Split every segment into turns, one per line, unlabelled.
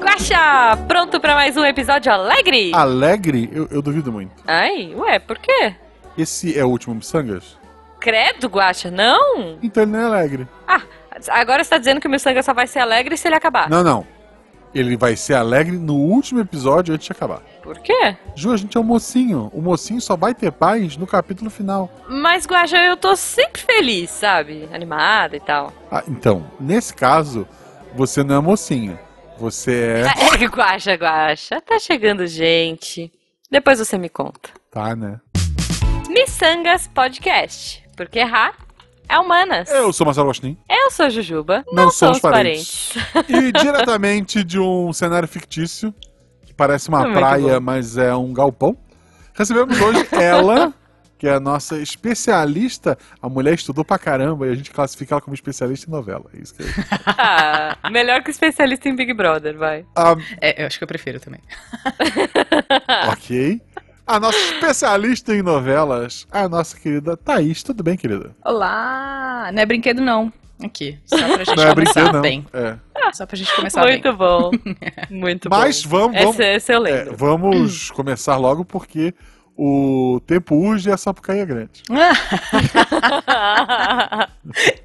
Guaxa, pronto para mais um episódio
Ah.
alegre?
Alegre? Eu, eu duvido muito.
Ai, ué, por quê?
Esse é o último Missangas?
Credo, Guaxa, não?
Então ele não é alegre.
Ah, agora você tá dizendo que o Missangas só vai ser alegre se ele acabar.
Não, não. Ele vai ser alegre no último episódio antes de acabar.
Por quê?
Ju, a gente é um mocinho. O mocinho só vai ter paz no capítulo final.
Mas, Guaxa, eu tô sempre feliz, sabe? Animada e tal.
Ah, então, nesse caso, você não é mocinha. Você é.
É, guacha, guacha. Tá chegando gente. Depois você me conta.
Tá, né?
Missangas Podcast. Porque errar é humanas.
Eu sou Marcelo Agostinho.
Eu sou Jujuba.
Não, somos parentes. E diretamente de um cenário fictício, que parece uma
Muito
praia,
bom.
mas é um galpão, recebemos hoje ela, que é a nossa especialista. A mulher estudou pra caramba e a gente classifica ela como especialista em novela. É isso que é.
Ah, melhor que especialista em Big Brother, vai.
Ah,
É, eu acho que eu prefiro também.
ok. A nossa especialista em novelas, a nossa querida Thaís. Tudo bem, querida?
Olá! Não é brinquedo, não. Aqui. Só pra gente
Não é
começar
brinquedo, não.
bem.
É.
Só pra gente começar bem.
Muito bom. Muito
Mas
bom.
vamos, vamos,
Esse, esse eu
é,
lembro.
vamos começar logo porque o tempo urge e a sapucaí é grande. É.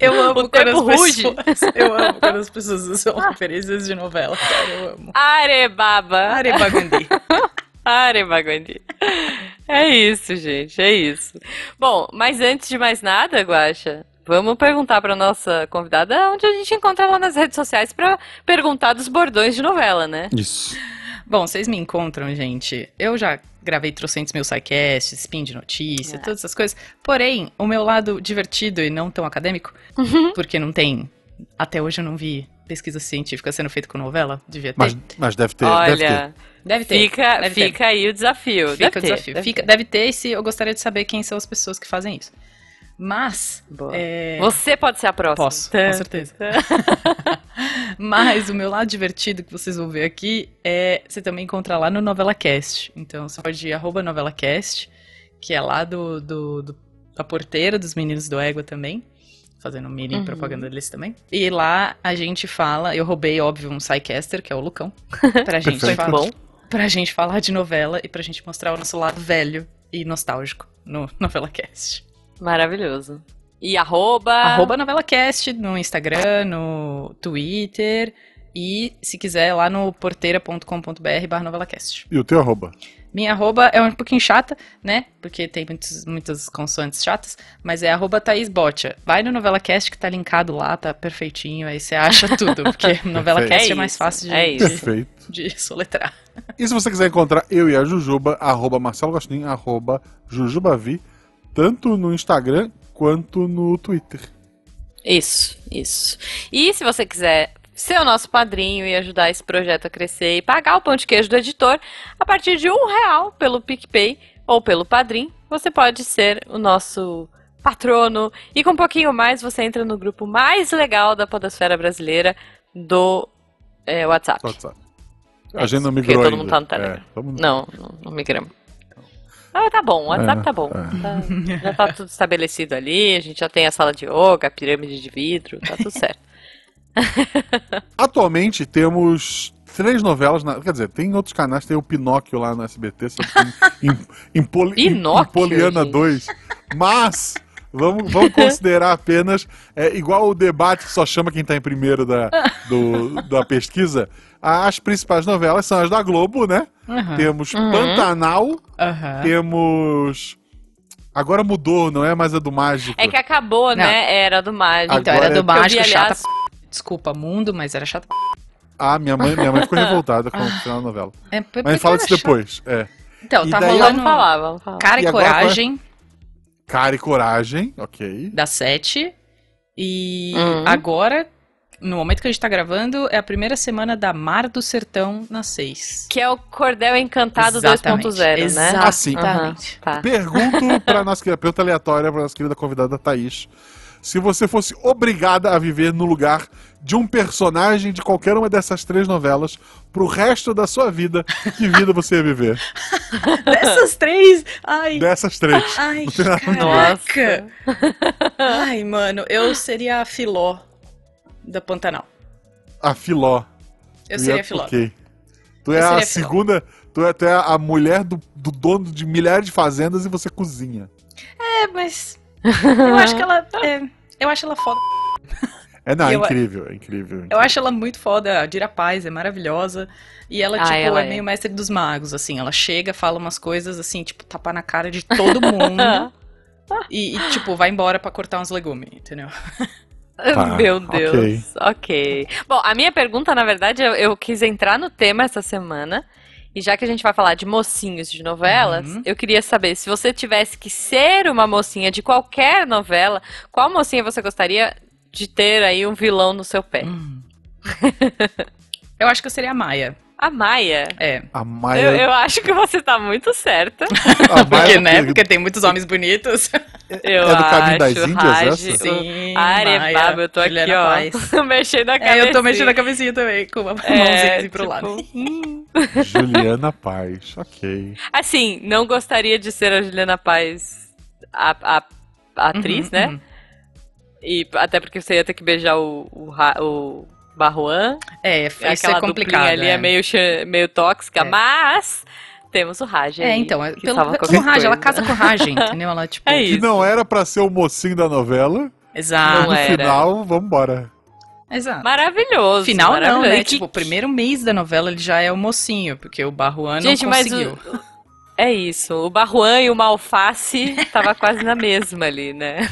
eu amo
O
quando
tempo
as
ruge. Ah.
pessoas. Eu amo quando as pessoas usam referências de novela. Cara, eu amo.
Arebaba.
Arebagundi.
Arebaguandi. É isso, gente. É isso. Bom, mas antes de mais nada, Guaxa, vamos perguntar pra nossa convidada onde a gente encontra ela nas redes sociais pra perguntar dos bordões de novela, né?
Isso.
Bom, vocês me encontram, gente. Eu já gravei trocentos mil sidecasts, spin de notícia,
É.
todas essas coisas. Porém, o meu lado divertido e não tão acadêmico,
Uhum.
porque não tem. Até hoje eu não vi pesquisa científica sendo feita com novela. Devia ter.
Mas, mas deve ter, deve ter.
Olha,
Deve ter.
fica,
deve ter.
fica aí o desafio.
Fica
deve
o desafio.
Ter, deve
Fica- deve ter esse. Eu gostaria de saber quem são as pessoas que fazem isso. Mas.
ter. Boa.
é,
Você pode ser a próxima. Então,
Posso, com certeza. Mas o meu lado divertido que vocês vão ver aqui é você também encontra lá no NovelaCast. Então você pode ir arroba NovelaCast, que é lá do, do- do- da porteira dos meninos do Égua também. Fazendo mini
Uhum.
propaganda deles também. E lá a gente fala, eu roubei, óbvio, um Psycaster, que é o Lucão, pra gente
Perfeito.
falar
Bom.
pra gente falar de novela e pra gente mostrar o nosso lado velho e nostálgico no NovelaCast.
Maravilhoso. E arroba.
Arroba NovelaCast no Instagram, no Twitter e, se quiser, lá no porteira.com.br barra NovelaCast.
E o teu arroba?
Minha arroba é um pouquinho chata, né? Porque tem muitos, muitas consoantes chatas, mas é arroba Thaís Botia. Vai no NovelaCast que tá linkado lá, tá perfeitinho, aí você acha tudo, porque NovelaCast é,
É
mais
isso,
fácil de,
é isso.
de,
Perfeito.
de soletrar.
E se você quiser encontrar eu e a Jujuba, arroba Marcelo Gostin, arroba Jujubavi, tanto no Instagram quanto no Twitter.
Isso, isso. E se você quiser ser o nosso padrinho e ajudar esse projeto a crescer e pagar o pão de queijo do editor, a partir de um real pelo PicPay ou pelo Padrim, você pode ser o nosso patrono. E com um pouquinho mais, você entra no grupo mais legal da podosfera brasileira do é, WhatsApp.
WhatsApp.
É
A gente não
isso,
migrou
porque todo mundo
ainda.
tá no Telegram.
É, todo mundo-
Não, não, não migramos. Ah, tá bom, o WhatsApp
É,
tá bom.
é.
Tá- já tá tudo estabelecido ali, a gente já tem a sala de yoga, a pirâmide de vidro, tá tudo certo.
Atualmente temos três novelas, na- quer dizer, tem outros canais, tem o Pinóquio lá no SBT, só que em, em, em Poli- em
Pinóquio,
Poliana
gente.
2, mas... Vamos, vamos considerar apenas, é, igual o debate que só chama quem está em primeiro da, do- da pesquisa, as principais novelas são as da Globo, né?
Aham.
Temos
Uhum.
Pantanal,
Aham.
temos. Agora mudou, não é mais a do Mágico.
É que acabou, né? Era do mágico.
Então
Agora
era do
é-
mágico,
Eu vi,
chata
aliás-
p... Desculpa, mundo, mas era chata p...
Ah, minha mãe, minha mãe ficou revoltada com o final da novela.
É, por-
Mas
porque
fala
era
disso depois. É.
chato. Então,
E
tá
daí-
rolando
Vamos falar, vamos falar.
Cara e,
E agora qual é?
Coragem,
Cara e coragem, ok.
da 7. E
Uhum.
agora, no momento que a gente tá gravando, é a primeira semana da Mar do Sertão na 6.
Que é o Cordel Encantado
Exatamente,
2.0, né?
Assim.
Exatamente.
Aham, tá.
Pergunto pra nossa querida, pergunta aleatória pra nossa querida convidada Thaís. Se você fosse obrigada a viver no lugar de um personagem de qualquer uma dessas três novelas pro resto da sua vida, que vida você ia viver?
Dessas três! Ai,
Dessas três.
ai,
Nossa.
Ai, mano, eu seria a Filó da Pantanal.
A Filó.
Eu
Tu
seria
é-
Filó.
ok. Tu
Eu
é a
seria Filó.
segunda. Tu é, tu é a mulher do, do dono de milhares de fazendas e você cozinha.
É, mas. Eu acho
um-
que ela. é, eu acho ela foda.
É, não, é
Eu-
incrível, é incrível. é
Eu
incrível.
acho ela muito foda. A Dira Paz é maravilhosa. E ela,
Ah,
tipo,
ela
é,
é.
meio mestre dos magos, assim. Ela chega, fala umas coisas, assim, tipo, tapa na cara de todo mundo. e, e, tipo, vai embora pra cortar uns legumes, entendeu?
Tá,
Meu
ok.
Deus. Ok. Bom, a minha pergunta, na verdade, eu, eu quis entrar no tema essa semana. E já que a gente vai falar de mocinhos de novelas,
Uhum.
eu queria saber se você tivesse que ser uma mocinha de qualquer novela, qual mocinha você gostaria de ter aí um vilão no seu pé?
Hum. eu acho que eu seria a Maia.
A Maia.
É.
A
Eu,
Maia.
eu acho que você tá muito certa.
a
Porque,
Maia-
né? Porque tem muitos homens bonitos.
Eu
É do Caminho das
acho,
Índias né?
Raj,
essa?
o-
Sim.
Arebaba,
Maia,
eu tô aqui,
Juliana
ó.
Paz.
mexendo a
É,
cabeça.
eu tô mexendo a cabecinha também, com uma
É,
mãozinha assim pro
tipo,
lado.
Juliana Paz. Ok.
Assim, não gostaria de ser a Juliana Paz, a, a- a atriz,
Uhum,
né?
uhum.
E até porque você ia ter que beijar o, o, Ra- o Barruan.
É, isso
Aquela
é
duplinha
complicado.
ali é,
é.
meio, chan- meio tóxica,
É.
mas temos o Raj.
É,
aí,
então, é
que
pelo,
salva
com
qualquer
Raj, ela
coisa.
casa com Raj, entendeu? Ela, tipo,
É
Que
isso.
não era pra ser o mocinho da novela.
Exato.
Não
no
era.
final, vambora.
Exato.
Maravilhoso.
Final não,
maravilhoso.
né?
E que-
Tipo, o primeiro mês da novela ele já é o mocinho, porque o Barruan não
Gente, mas
conseguiu.
o- É isso, o Barruan e o Malface tava quase na mesma ali, né?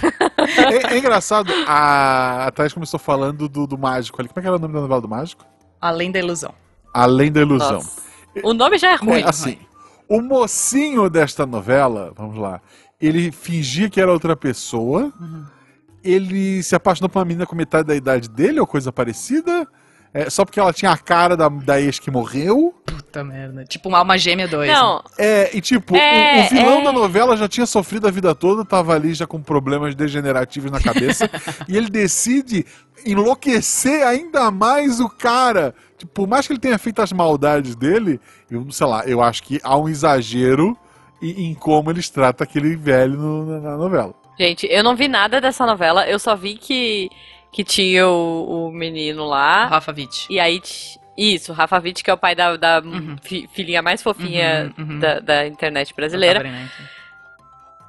É, é engraçado, a, a Thaís começou falando do, do mágico ali. Como é que era o nome da novela do mágico?
Além da ilusão.
Além da Ilusão.
Nossa. O nome já é ruim.
Muito.
assim, o mocinho desta novela, vamos lá, ele fingia que era outra pessoa,
Uhum.
ele se apaixonou por uma menina com metade da idade dele, ou coisa parecida, é, só porque ela tinha a cara da, da ex que morreu.
Puta merda. Tipo, uma alma gêmea 2.
Não,
É, e tipo, o-
É,
o, vilão
é.
da novela já tinha sofrido a vida toda, tava ali já com problemas degenerativos na cabeça, e ele decide enlouquecer ainda mais o cara. Tipo, por mais que ele tenha feito as maldades dele, eu não sei lá, eu acho que há um exagero em, em como eles tratam aquele velho no- na, na novela.
Gente, eu não vi nada dessa novela, eu só vi que, que tinha o, o menino lá.
Rafa Witt.
E aí. ti- Isso, Rafa Witt, que é o pai da, da
Uhum.
fi- filhinha mais fofinha
Uhum, uhum.
Da, da internet brasileira.
Tata Werneck.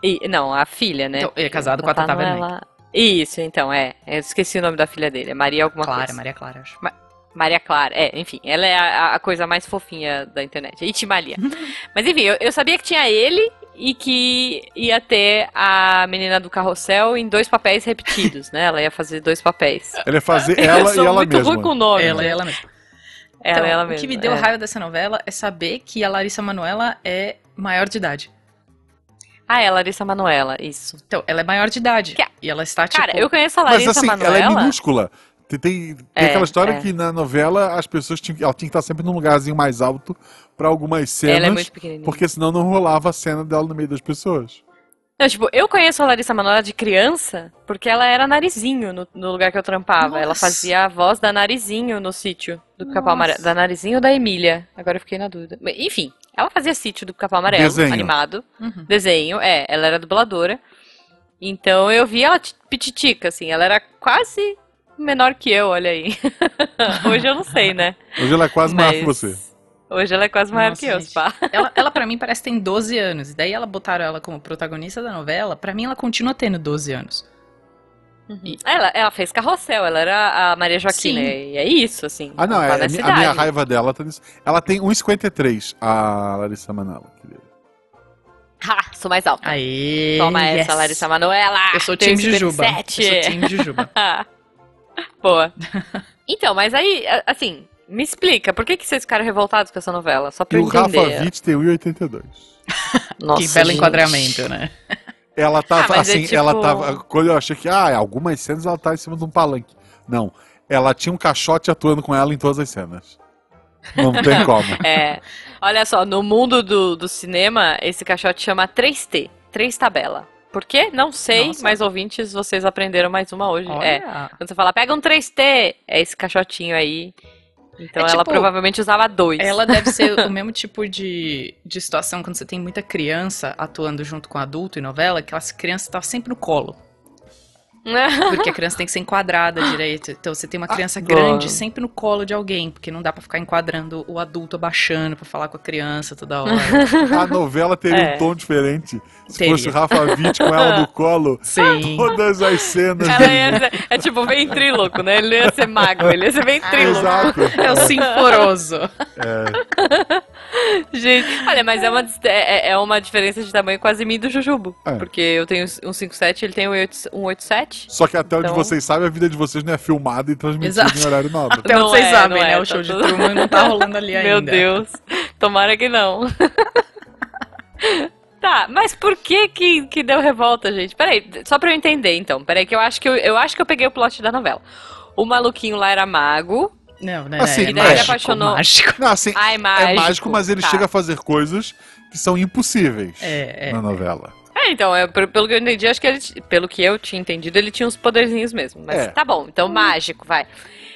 E, não, a filha, né?
Então, ele é casado com a Tata
Não,
Werneck.
ela- Isso, então, é. Eu esqueci o nome da filha dele. É Maria alguma
Clara,
coisa.
Maria Clara, acho.
Maria Clara, é, enfim, ela é a, a coisa mais fofinha da internet. Itimalia. Mas enfim, eu, eu sabia que tinha ele e que ia ter a menina do carrossel em dois papéis repetidos, né? Ela ia fazer dois papéis.
Ele é fazer ela
eu
e
sou
ela
muito ruim com
mesma.
nome.
Ela é ela mesma.
ela,
Então,
é ela
o
mesma.
que me deu
é.
raiva dessa novela é saber que a Larissa Manoela é maior de idade.
Ah, é a Larissa Manoela, isso.
Então, ela é maior de idade.
Que-
E ela está, tipo...
Cara, eu conheço a
Mas
Larissa
assim,
Manoela.
ela é minúscula. Tem, tem- tem
É,
aquela história
é.
que na novela as pessoas tinham, ela tinha que estar sempre num lugarzinho mais alto pra algumas cenas.
Ela é muito pequenininha.
né? Porque senão não rolava a cena dela no meio das pessoas.
Não, tipo, eu conheço a Larissa Manoela de criança porque ela era narizinho no, no lugar que eu trampava. Ela
Nossa.
fazia a voz da narizinho no sítio do Capão
Nossa.
Amarelo. Da narizinho ou da Emília? Agora eu fiquei na dúvida. Mas, Enfim, ela fazia sítio do Capão Amarelo,
Desenho.
animado.
Uhum.
Desenho, é, ela era dubladora. Então eu vi ela ti- pititica, assim, ela era quase menor que eu, olha aí. Hoje eu não sei, né?
Hoje ela é quase maior que
Mas
você.
Hoje ela é quase maior
Nossa,
que eu,
gente.
pá.
Ela, ela para mim parece que tem 12 anos. E daí ela botaram ela como protagonista da novela. Pra mim ela continua tendo 12 anos. E-
Ela, ela fez carrossel, ela era a Maria Joaquina.
Sim.
E é isso, assim.
Ah, não,
ela
é,
tá
a,
nessa
minha, a minha
idade.
raiva dela tá nisso. Ela tem 1,53, a Larissa Manala, querida.
Ha, sou mais alta.
Aê!
Toma
yes.
essa, Larissa Manoela.
Eu sou o
Tenho
time Jujuba. Eu
57.
sou o time Jujuba.
Boa. Então, mas aí, a- assim, me explica, por que, que vocês ficaram revoltados com essa novela? Só pra
E
eu
o Rafa
entender.
Witt tem 1,82.
Nossa,
que belo
gente.
enquadramento, né?
Ela tava,
Ah, mas é
assim,
tipo-
ela tava. Quando eu achei que, ah, algumas cenas ela tá em cima de um palanque. Não. Ela tinha um caixote atuando com ela em todas as cenas. Não tem como.
É. Olha só, no mundo do, do cinema, esse caixote chama 3T, 3 tabela. Por quê? Não sei,
Nossa.
mas ouvintes, vocês aprenderam mais uma hoje.
Olha.
É. Quando você fala, pega um 3T, é esse caixotinho aí. Então
É
ela
tipo-
provavelmente usava dois.
Ela deve ser o mesmo tipo de, de situação quando você tem muita criança atuando junto com adulto em novela, que as crianças tá sempre no colo. Porque a criança tem que ser enquadrada direito. Então você tem uma criança
Adoro.
grande sempre no colo de alguém, porque não dá pra ficar enquadrando o adulto abaixando pra falar com a criança toda hora.
A novela teria
É.
um tom diferente. Se
Teria.
fosse o Rafa Witt com ela no colo,
Sim.
todas as cenas.
Ela ia ser, é tipo ventríloco, né? Ele não ia ser mago, ele ia ser
Ah,
ventríloco.
Exato.
É o sinforoso.
Gente, olha, mas é uma, dis- é, é- é uma diferença de tamanho quase mim do Jujubo.
É.
Porque eu tenho um 57, ele tem um 8 um 87.
Só que até onde
Então-
vocês sabem, a vida de vocês não é filmada e transmitida
Exato.
em horário nobre.
Até onde
Não
vocês
é,
sabem,
não
né?
é,
o show
tá
de
tudo-
Truman não tá rolando ali
Meu
ainda.
Deus. Tomara que não. Tá, mas por que, que que deu revolta, gente? Peraí, só pra eu entender então. Peraí, que eu acho que eu, eu acho que eu peguei o plot da novela. O maluquinho lá era mago.
Não, né?
Assim,
é
e daí ele
mágico,
apaixonou-
mágico.
Não, assim,
Ai, mágico.
é mágico, mas ele
Tá.
chega a fazer coisas que são impossíveis
É, é.
na novela.
É, então, é, por- pelo que eu entendi, acho que ele, ti- pelo que eu tinha entendido, ele tinha uns poderzinhos mesmo. Mas
É.
tá bom,
Hum.
então mágico, vai.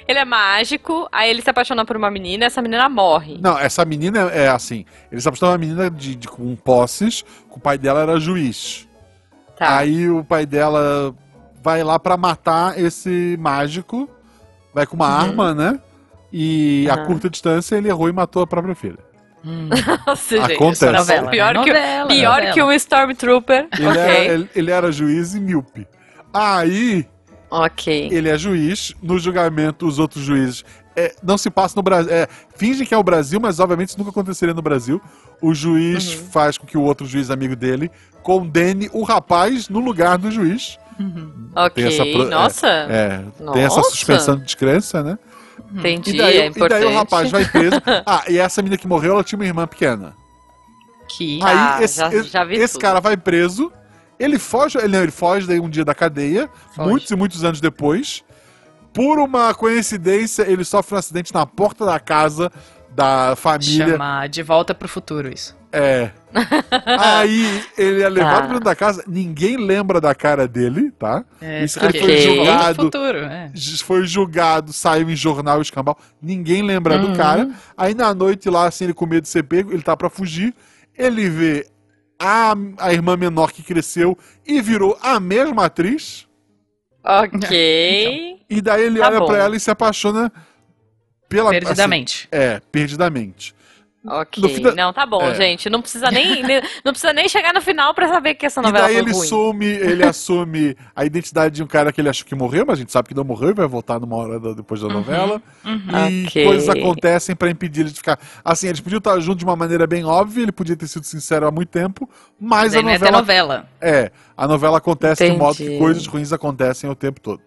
Ele é mágico, aí ele se apaixona por uma menina, essa menina morre.
Não, essa menina é assim. Eles apostaram uma menina de, de- com posses, que o pai dela era juiz.
Tá.
Aí o pai dela vai lá pra matar esse mágico, vai com uma arma, né? E a
Uhum.
curta distância ele errou e matou a própria filha.
Hum,
Nossa, gente,
Acontece.
essa novela.
novela,
Pior,
né?
que,
Novela,
pior
novela.
que um Stormtrooper.
Ele, é,
ok.
era, ele- ele era juiz e míope. Aí
Ok.
ele é juiz, no julgamento os outros juízes. é, não se passa no Brasil. É, fingem que é o Brasil, mas obviamente isso nunca aconteceria no Brasil. O juiz
Uhum.
faz com que o outro juiz amigo dele condene o rapaz no lugar do juiz.
Ok.
Tem essa pro- é,
Nossa.
É, tem essa
Nossa.
suspensão de descrença, né?
Entendi,
E daí,
é
e daí
importante.
o rapaz vai preso. Ah, e essa menina que morreu, ela tinha uma irmã pequena.
que
Ah,
Aí esse,
já-
esse-
já vi
esse
tudo.
cara vai preso. Ele foge, ele, não, ele foge daí um dia da cadeia,
Foge.
muitos e muitos anos depois. Por uma coincidência, ele sofre um acidente na porta da casa da família.
chama De Volta pro Futuro, isso.
É. Aí ele é levado
Tá.
pra dentro da casa, ninguém lembra da cara dele, tá?
É,
Isso que ele
porque-
foi
De Volta
julgado.
pro Futuro, é.
foi julgado, saiu em jornal escambau, ninguém lembra
Uhum.
do cara. Aí na noite lá, assim, ele com medo de ser pego, ele tá pra fugir, ele vê a, a irmã menor que cresceu e virou a mesma atriz,
Ok.
e daí ele
Tá
olha
bom.
pra ela e se apaixona pela... assim,
Perdidamente.
é, perdidamente. Então, No
ok.
fim da-
Não, tá bom,
É.
gente. Não precisa, nem, nem- não precisa nem chegar no final pra saber que essa
E
novela
daí
foi
ele
ruim.
assume, ele assume a identidade de um cara que ele achou que morreu, mas a gente sabe que não morreu e vai voltar numa hora da- depois
Uhum.
da novela.
Uhum.
E
Ok.
coisas acontecem pra impedir ele de ficar. Assim, eles podiam estar juntos de uma maneira bem óbvia, ele podia ter sido sincero há muito tempo, mas
Daí
a
não é até
novela.
novela.
É, a novela acontece de modo que
Entendi.
coisas ruins acontecem o tempo todo.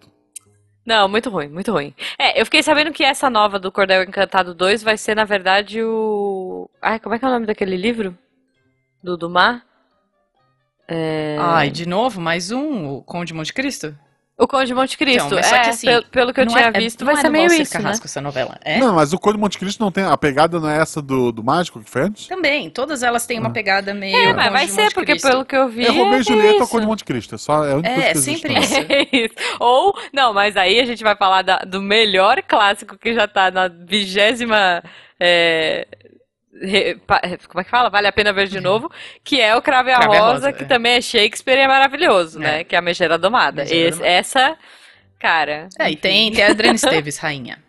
Não, muito ruim, muito ruim. É, eu fiquei sabendo que essa nova do Cordel Encantado 2 vai ser, na verdade, o. Ai, como é que é o nome daquele livro? Do É, do mar?
Ai, de novo, mais um, o Conde Monte Cristo?
O Conde de Monte Cristo.
Então, mas só
é,
que assim,
pelo, pelo que eu
Não
tinha
é- é-
visto,
não
vai
é
ser
do
meio
Valcir
isso, né?
Carrasco essa novela. É?
Não, mas o Conde de Monte Cristo não tem. A pegada não é essa do, do mágico que foi antes?
Também, todas elas têm uma pegada meio.
É, mas
Conde
vai
de
ser,
Monte
porque
Cristo.
pelo que eu vi.
É Romeu
é
e Julieta ou
isso.
Conde de Monte Cristo. É só é a única
É,
coisa que existe,
sempre
não.
isso.
É isso. Ou, não, mas aí a gente vai falar da- do melhor clássico que já tá na vigésima. é, re- pa- como é que fala? Vale a pena ver de novo. Que é o Crave a
Cravo e Uhum. a
Rosa,
Rosa,
que
é.
também é Shakespeare e é maravilhoso,
É.
né? Que é a Megera Domada.
Megera
Esse-
Domada.
Essa, cara.
É, e tem, tem a Adriana Esteves, rainha.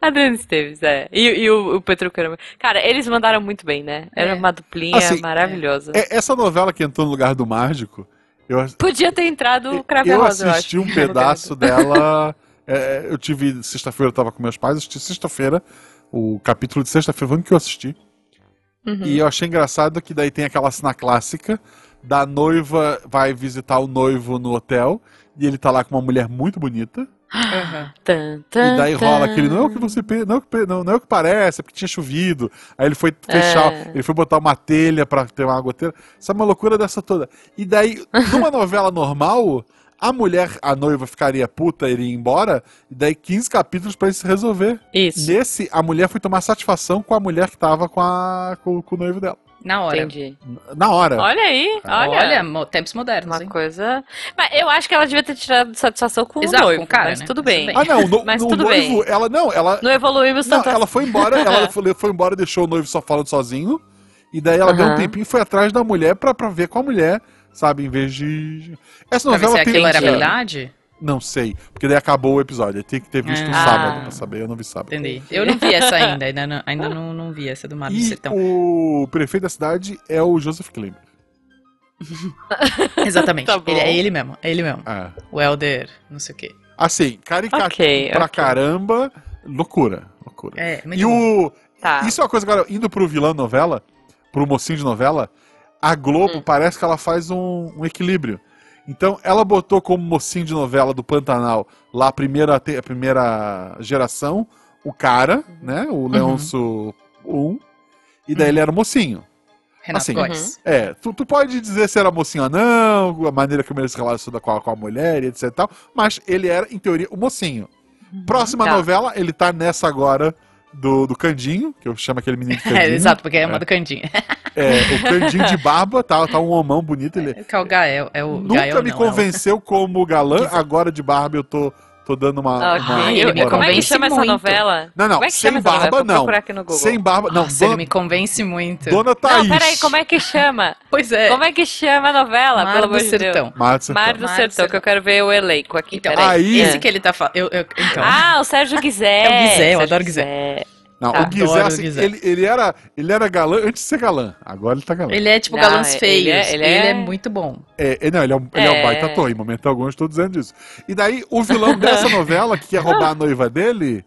Adriano Esteves, é. E, e o, o Petro Caramba. Cara, eles mandaram muito bem, né? Era
É.
uma duplinha
Assim,
maravilhosa.
É, essa novela que entrou no lugar do mágico, eu,
Podia ter entrado o Crave a
Eu
Rosa, eu acho.
assisti um pedaço dela. é, eu tive. Sexta-feira eu tava com meus pais, assisti sexta-feira. O capítulo de sexta-feira foi o único que eu assisti.
Uhum.
E eu achei engraçado que daí tem aquela cena clássica da noiva vai visitar o noivo no hotel e ele tá lá com uma mulher muito bonita.
Aham.
Tan,
E
tan,
daí rola
tan.
aquele, não é o que você pe- não é o que, pe- não, não é o que parece, é porque tinha chovido. Aí ele foi fechar,
É.
ele foi botar uma telha pra ter uma goteira. Sabe é uma loucura dessa toda. E daí, numa novela normal, a mulher, a noiva ficaria puta, iria embora, e daí 15 capítulos pra isso se resolver.
Isso.
Nesse, a mulher foi tomar satisfação com a mulher que tava com, a, com, com o noivo dela.
Na hora.
Entendi.
Na
Tá.
hora.
Olha aí, olha.
Olha, mo- tempos modernos,
uma
hein?
coisa. Mas eu acho que ela devia ter tirado satisfação com
Exato,
o noivo,
com o cara,
mas
né?
tudo
Tudo
bem.
bem.
Ah, não, no,
Mas
no
tudo bem.
noivo, ela não, ela,
Não evoluímos
Não,
tanto
ela foi embora, ela
É.
foi, foi embora, deixou o noivo só falando sozinho. E daí ela deu um
Aham.
tempinho e foi atrás da mulher pra, pra ver com a mulher, sabe? Em vez de. Essa
Pra ver se
novela tem. né?
aquilo era
Entendi.
verdade.
Não sei. Porque daí acabou o episódio. Eu tenho que ter visto um
Ah.
sábado pra saber. Eu não vi sábado.
Entendi. Eu não vi essa ainda, ainda não, ainda não, não então. vi essa do Mar do
E
Sertão.
o prefeito da cidade é o Joseph Klim.
Exatamente.
Tá bom.
ele, é ele mesmo, é ele mesmo.
Ah.
O Helder, não sei o quê.
Assim, caricatura
Ok,
pra
ok.
caramba. Loucura. Loucura.
É, muito
e
bom.
o.
Tá.
Isso é uma coisa, agora, indo pro vilão novela, pro mocinho de novela, a Globo parece que ela faz um, um equilíbrio. Então, ela botou como mocinho de novela do Pantanal lá a primeira, te- a primeira geração, o cara, né? O Leôncio 1. E daí ele era o mocinho.
Renato
assim,
Góes.
Uhum.
É, tu, tu pode dizer se era mocinho ou não, a maneira como ele se relaciona com a, com a mulher e etc e tal, mas ele era, em teoria, o mocinho. Próxima
Tá.
novela, ele tá nessa agora do, do Candinho, que eu chamo aquele menino de Candinho.
É, exato, porque é uma
É.
do Candinho.
É, o Candinho de barba, tá, tá um homão bonito. Ele
Que é o Gael, é o
nunca
Gael
me
não,
convenceu como galã, agora de barba eu tô, tô dando uma.
Ah, Ok.
uma
Eu-
ele me
como é que
convence
chama essa
muito.
novela?
Não, não,
como é que
sem
chama essa novela?
barba,
Vou
não.
procurar aqui no Google.
Sem barba,
É o...
não,
Nossa, ele
dona,
me convence muito.
dona Thaís.
Não, peraí, como é que chama?
Pois é.
Como é que chama a novela,
Mar
pelo
do
amor de Deus?
Sertão.
Mar do Sertão.
Mar do
Mar do
Sertão, que eu quero ver o elenco aqui.
Então,
peraí.
aí-
É.
Esse que ele tá falando. Eu, eu- então.
Ah, o Sérgio Guizé.
É o Guizé, eu
Sérgio
adoro Guizé.
Não,
Tá.
o Guizé,
Adoro o
assim,
Guizé.
Ele, ele era, ele era galã antes de ser galã. Agora ele tá galã.
Ele é tipo
Não,
galãs
ele é-
feios. Ele é,
ele é-
muito bom.
É, é, não, ele é um, ele é um
É.
baita ator, em momento algum eu estou dizendo isso. E daí, o vilão dessa novela, que quer roubar a noiva dele,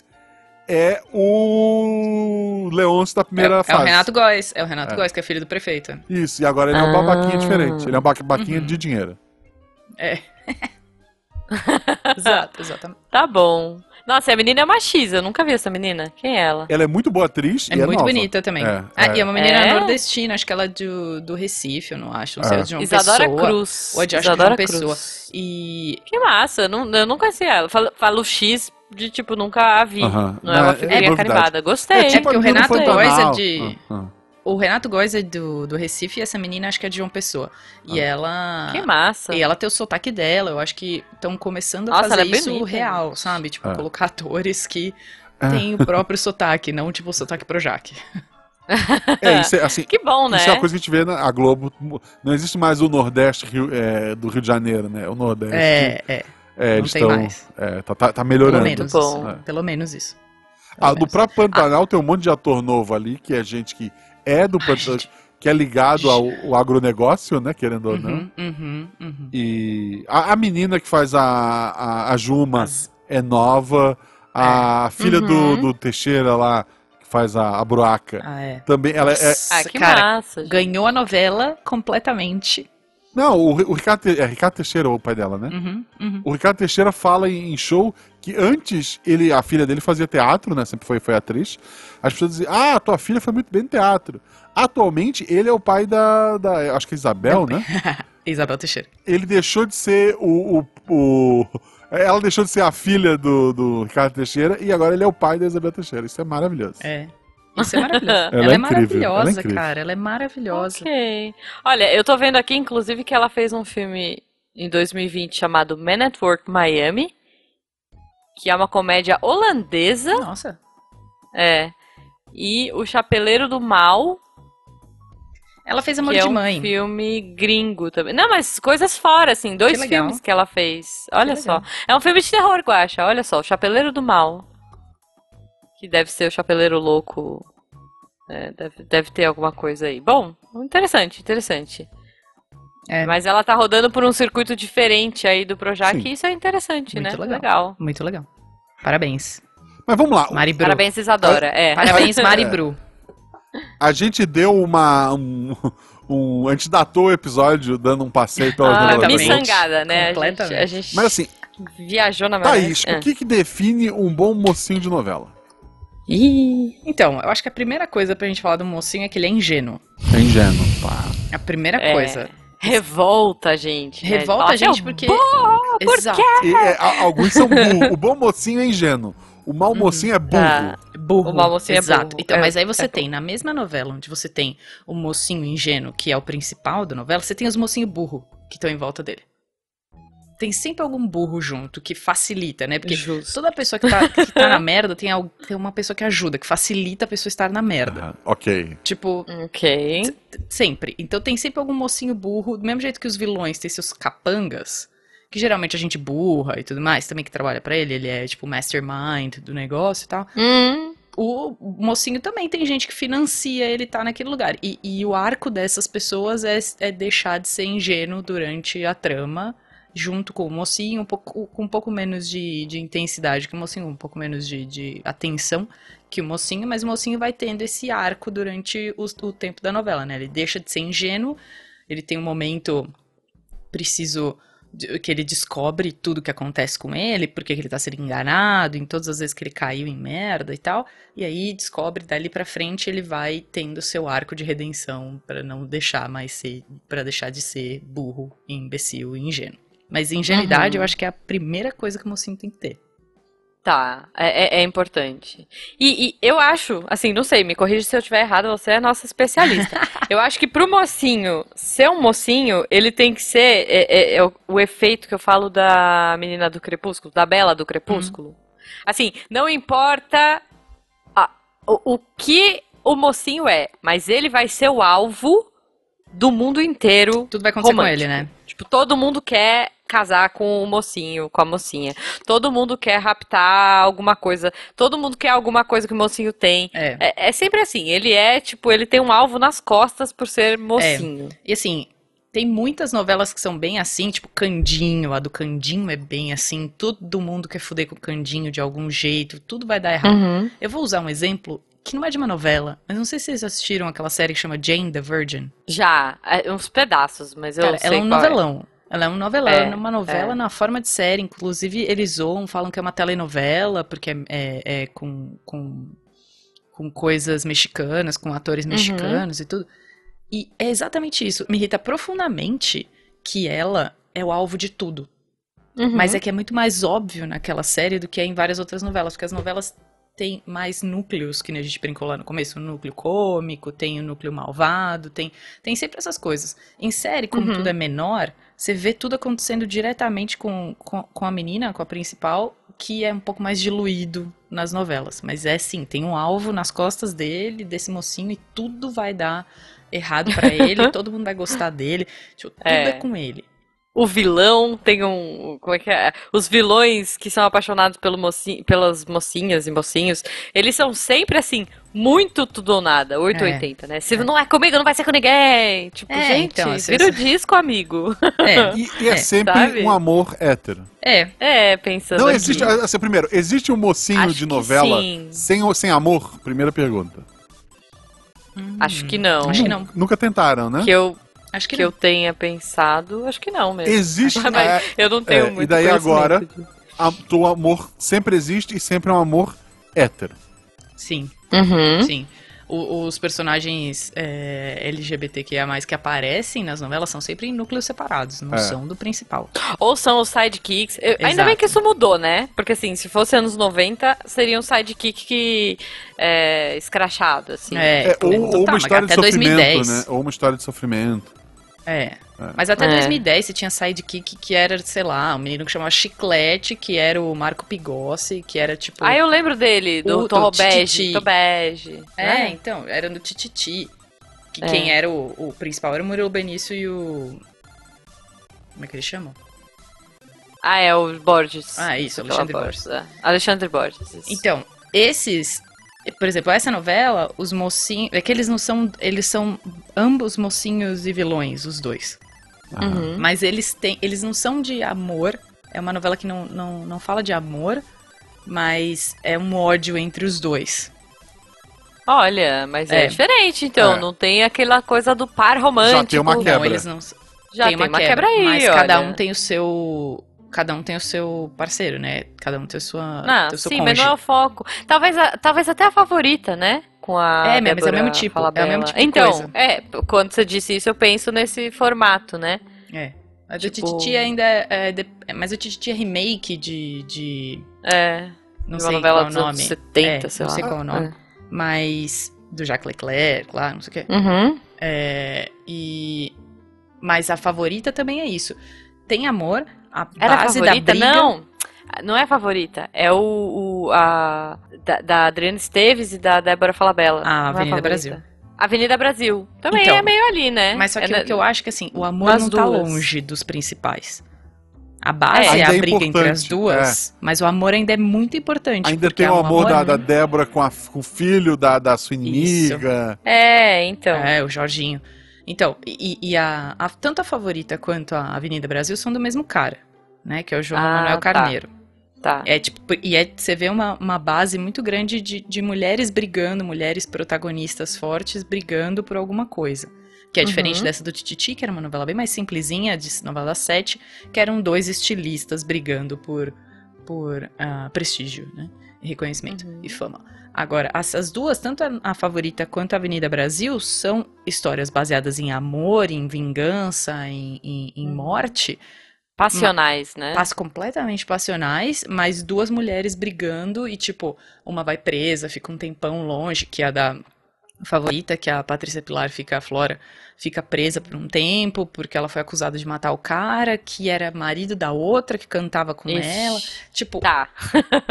é o Leôncio da
É,
primeira
é
fase.
o Renato Góes. É o Renato
É.
Góes, que é filho do prefeito.
Isso, e agora ele é um
Ah.
babaquinha diferente. Ele é um babaquinha
Uhum.
de dinheiro.
Exato, exatamente.
Tá bom. Nossa, e a menina é uma X, eu nunca vi essa menina. Quem é ela?
Ela é muito boa atriz
É
e é
muito
nova.
bonita também.
É,
ah,
é.
E é uma menina
É?
nordestina, acho que ela é do, do Recife, eu não acho. Não sei,
É.
ou de uma
Isadora
pessoa.
Cruz.
Ou de acho que de
Isadora
uma pessoa.
Cruz.
E
Que massa, eu não, eu não conhecia ela. Falo, falo X de, tipo, nunca a vi.
Aham.
Não é uma
É, é
figurinha
novidade.
carimbada. Gostei.
É tipo
porque o
a menina do
Renato Góes é
Pantanal.
de-
Ah, ah.
o Renato Góes é do, do Recife e essa menina acho que é de João Pessoa. E
Ah.
ela.
Que massa.
E ela tem o sotaque dela, eu acho que estão começando a
Nossa, ela
fazer
é
isso
bonita,
real, sabe? Tipo,
Ah.
colocar atores que
Ah.
têm o próprio sotaque, não tipo o sotaque Projac.
É, isso é, assim,
Que bom, né?
Isso é uma coisa que a gente vê na a Globo. Não existe mais o Nordeste Rio- é, do Rio de Janeiro, né? O Nordeste.
É, é,
é,
não
eles
tem
estão.
mais.
é, tá, tá- tá
Pelo
melhorando. É.
menos
Bom.
isso. Pelo menos isso. Pelo
Ah, do
menos.
próprio Pantanal tem um monte de ator novo ali, que é gente que é do Pantanal,
gente.
que é ligado ao, ao agronegócio, né? Querendo ou não.
Uhum, uhum, uhum.
E a, a menina que faz a, a, a Juma
As-
é nova.
É.
A filha do,
Uhum.
do Teixeira lá, que faz a, a Broaca,
Ah, é.
também. Ela é.
Ah,
Nossa,
que
cara,
massa. gente.
ganhou a novela completamente.
Não, o, Ri- o Ricardo, Te- é Ricardo Teixeira, o pai dela, né?
Uhum, uhum.
O Ricardo Teixeira fala em em show que antes ele, a filha dele fazia teatro, né? Sempre foi, foi atriz. As pessoas diziam, ah, tua filha foi muito bem no teatro. Atualmente, ele é o pai da. da- acho que é Isabel, né?
Isabel Teixeira.
Ele deixou de ser o. o- o- ela deixou de ser a filha do, do Ricardo Teixeira e agora ele é o pai da Isabel Teixeira. Isso é maravilhoso.
É. Isso é maravilhoso.
Ela é incrível, ela é
maravilhosa,
incrível.
cara. Ela é maravilhosa.
Ok. Olha, eu tô vendo aqui, inclusive, que ela fez um filme em 2020 chamado Man at Work Miami, que é uma comédia holandesa.
Nossa.
É. E O Chapeleiro do Mal,
Ela fez Amor
que é
de
um
Mãe.
filme gringo também. Não, mas coisas fora, assim, dois
Que legal.
filmes que ela fez. Olha
Que
só.
legal.
É um filme de terror, Guaxa. Olha só, O Chapeleiro do Mal. Que deve ser o Chapeleiro Louco. É, deve, deve ter alguma coisa aí. Bom, interessante, interessante.
É.
Mas ela tá rodando por um circuito diferente aí do Projac,
Sim.
e isso é interessante,
Muito
né?
legal. Muito legal. Parabéns.
Mas vamos lá. um,
Mari Bru.
Parabéns, Isadora. É.
Parabéns, Mari
É.
Bru.
A gente deu uma. Um, um, a gente datou o episódio dando um passeio pela
Ah,
Isadora
me
Brooks.
sangada, né? A gente,
Completamente.
a gente
Mas assim, tá
viajou na
Thaís,
maionese.
o que, que define um bom mocinho de novela?
Ah. Ih.
Então, eu acho que a primeira coisa pra gente falar do mocinho é que ele é ingênuo.
É ingênuo. Pá.
A primeira
É.
coisa.
Revolta, gente. né?
Revolta
Fala,
a gente
"Seu
porque.
por
Exato.
E, é, a- alguns são burros. O bom mocinho é ingênuo. O
Uhum.
mau mocinho é burro.
Tá.
Burro.
O mau mocinho é
Exato.
burro.
Então,
É,
mas aí você
é
tem, na mesma novela, onde você tem o mocinho ingênuo, que é o principal da novela, você tem os mocinhos burro que estão em volta dele. Tem sempre algum burro junto que facilita, né? Porque
Justo.
toda pessoa que tá, que tá na merda tem, al- tem uma pessoa que ajuda, que facilita a pessoa estar na merda.
Aham, ok.
Tipo,
Ok.
sempre. Então tem sempre algum mocinho burro, do mesmo jeito que os vilões têm seus capangas, que geralmente a gente burra e tudo mais, também que trabalha pra ele, ele é tipo mastermind do negócio e tal.
Hum,
O mocinho também tem gente que financia ele estar naquele lugar. E, e o arco dessas pessoas é, é deixar de ser ingênuo durante a trama, junto com o mocinho, um pouco, com um pouco menos de, de intensidade que o mocinho, um pouco menos de, de atenção que o mocinho, mas o mocinho vai tendo esse arco durante o, o tempo da novela, né? Ele deixa de ser ingênuo, ele tem um momento preciso de- que ele descobre tudo que acontece com ele, porque que ele tá sendo enganado, em todas as vezes que ele caiu em merda e tal, e aí descobre dali pra frente ele vai tendo seu arco de redenção pra não deixar mais ser, para deixar de ser burro, imbecil e ingênuo. Mas ingenuidade
Uhum.
eu acho que é a primeira coisa que o mocinho tem que ter.
tá, é, é- é importante. E, e eu acho, assim, não sei, me corrija se eu estiver errado, você é a nossa especialista. Eu acho que pro mocinho ser um mocinho, ele tem que ser é- é- é o, o efeito que eu falo da menina do crepúsculo, da Bela do crepúsculo. Assim, não importa a- o, o que o mocinho é, mas ele vai ser o alvo do mundo inteiro
Tudo vai acontecer com ele,
Romântico.
né?
Tipo, todo mundo quer casar com o mocinho, com a mocinha. Todo mundo quer raptar alguma coisa. Todo mundo quer alguma coisa que o mocinho tem.
É.
É, é sempre assim. Ele é, tipo, ele tem um alvo nas costas por ser mocinho.
E assim, tem muitas novelas que são bem assim, tipo Candinho, a do Candinho é bem assim, todo mundo quer fuder com o Candinho de algum jeito, tudo vai dar errado.
Hum.
Eu vou usar um exemplo que não é de uma novela, mas não sei se vocês assistiram aquela série que chama Jane the Virgin.
Já, é, uns pedaços, mas eu
Cara,
sei
ela é um
qual
novelão. Ela é um novelão,
É,
ela é uma novela
é.
na forma de série. Inclusive, eles zoam, falam que é uma telenovela, porque é, é- é com, com, com coisas mexicanas, com
Uhum.
atores mexicanos e tudo. E é exatamente isso. Me irrita profundamente que ela é o alvo de tudo.
Uhum.
Mas é que é muito mais óbvio naquela série do que é em várias outras novelas, porque as novelas têm mais núcleos, que nem a gente brincou lá no começo, o núcleo cômico, tem o núcleo malvado, tem, tem sempre essas coisas. Em série, como
Uhum.
tudo é menor, você vê tudo acontecendo diretamente com, com, com a menina, com a principal, que é um pouco mais diluído nas novelas. Mas é sim, tem um alvo nas costas dele, desse mocinho, e tudo vai dar errado pra ele, todo mundo vai gostar dele, tipo, tudo
É.
é com ele.
O vilão tem um. Como é que é? Os vilões que são apaixonados pelo moci- pelas mocinhas e mocinhos, eles são sempre assim, muito tudo ou nada, 880, né? Se
É.
não é comigo, não vai ser com ninguém. Tipo,
É,
gente,
então, assim,
vira o
essa-
disco, amigo.
É,
E, e é,
É,
sempre
sabe?
um amor hétero.
é,
É, pensando.
Não
aqui.
existe. Assim, primeiro, existe um mocinho
Acho
de
que
novela
sim.
sem, o- sem amor? Primeira pergunta.
Acho que não.
Acho que não.
Nunca tentaram, né?
Que eu,
Uhum. Acho que,
que
não.
eu tenha pensado. Acho que não mesmo.
Existe. a-
Mas eu não tenho
é, e
muito
daí agora-
conhecimento de-
a- o amor sempre existe e sempre é um amor hétero.
Sim,
Uhum.
sim. O- os personagens é, LGBTQIA+, que aparecem nas novelas são sempre em núcleos separados, não
É.
são do principal.
Ou são os sidekicks. Eu- ainda bem
Exato.
que isso mudou, né? Porque assim, se fosse anos 90, seria um sidekick que. É, escrachado, assim.
É,
É, ou,
total,
ou uma
mas
história de
até
sofrimento,
2010.
né? Ou uma história de sofrimento.
É. Mas até
É.
2010 você tinha sidekick que era, sei lá, um menino que chamava Chiclete, que era o Marco Pigossi, que era tipo...
Ah, eu lembro dele, do
O-
Tom
do
Robege.
Tititi.
Tom Bege,
É,
né?
então, era no Tititi. Que
É.
quem era o, o principal era o Murilo Benício e o... Como é que eles chamam?
Ah, é o Borges.
Ah, isso,
Eu falava
Alexandre Borges.
é. Alexandre Borges. isso.
Então, esses, por exemplo, essa novela, os mocinhos, é que eles não são, eles são ambos mocinhos e vilões, os dois.
Ah.
Uhum.
Mas eles têm, eles não são de amor. É uma novela que não, não, não fala de amor, mas é um ódio entre os dois.
Olha, mas é,
É.
diferente, então.
É.
não tem aquela coisa do par romântico.
Já tem uma quebra.
Não, Então, eles não.
Já tem uma quebra, aí,
mas cada
olha.
um tem o seu, cada um tem o seu parceiro, né? Cada um tem o sua,
Ah,
tem o seu
sim, mas
cônjuge.
não é o foco. Talvez, a- talvez até a favorita, né? Com a
É, mas é o
Débora
mesmo tipo, é o
Falabella.
mesmo tipo de
Então,
coisa.
é, p- quando você disse isso, eu penso nesse formato, né?
É. A do
Tipo-
Tititi ainda é, é de- Mas o Tititi é remake de. de
É,
não
de
sei
uma novela
qual o
dos
nome.
anos 70,
É,
sei
não
lá.
sei qual o nome. Mas. Do Jacques Leclerc, lá, não sei o quê.
É. Uhum.
É, e. Mas a favorita também é isso. Tem amor, a
Era a
base
favorita?
da briga.
Não, não é a favorita. É o, o- a, da, da Adriana Esteves e da Débora Falabella.
Ah,
Não é
Avenida
favorita.
Brasil.
Avenida Brasil. Também
Então,
é meio ali, né?
Mas só que
é
o que eu acho que assim, o amor
nas
não tá
duas.
longe dos principais. A base
É.
é, a
Ainda é
briga entre as
importante,
duas, mas o amor ainda é muito importante.
Ainda
porque
tem o
é um
amor da, da
né?
Débora com, a- com o filho da, da sua inimiga.
É, então.
É, o Jorginho. Então, e, e a, a- tanto a Favorita quanto a Avenida Brasil são do mesmo cara, né? Que é o João
Ah,
Manuel
tá.
Carneiro.
Tá.
É tipo, e é, você vê uma, uma base muito grande de, de mulheres brigando, mulheres protagonistas fortes brigando por alguma coisa. Que é diferente
Uhum.
dessa do Tititi, que era uma novela bem mais simplesinha, de novela 7, que eram dois estilistas brigando por, por ah, prestígio, né? E reconhecimento
Uhum.
e fama. Agora, essas duas, tanto a, a Favorita quanto a Avenida Brasil, são histórias baseadas em amor, em vingança, em, em, em
Uhum.
morte,
Passionais, né?
Pas completamente passionais, mas duas mulheres brigando e, tipo, uma vai presa, fica um tempão longe, que é a da favorita, que é a Patrícia Pilar fica, a Flora, fica presa por um tempo, porque ela foi acusada de matar o cara, que era marido da outra, que cantava com
Ixi.
ela. Tipo,
Tá.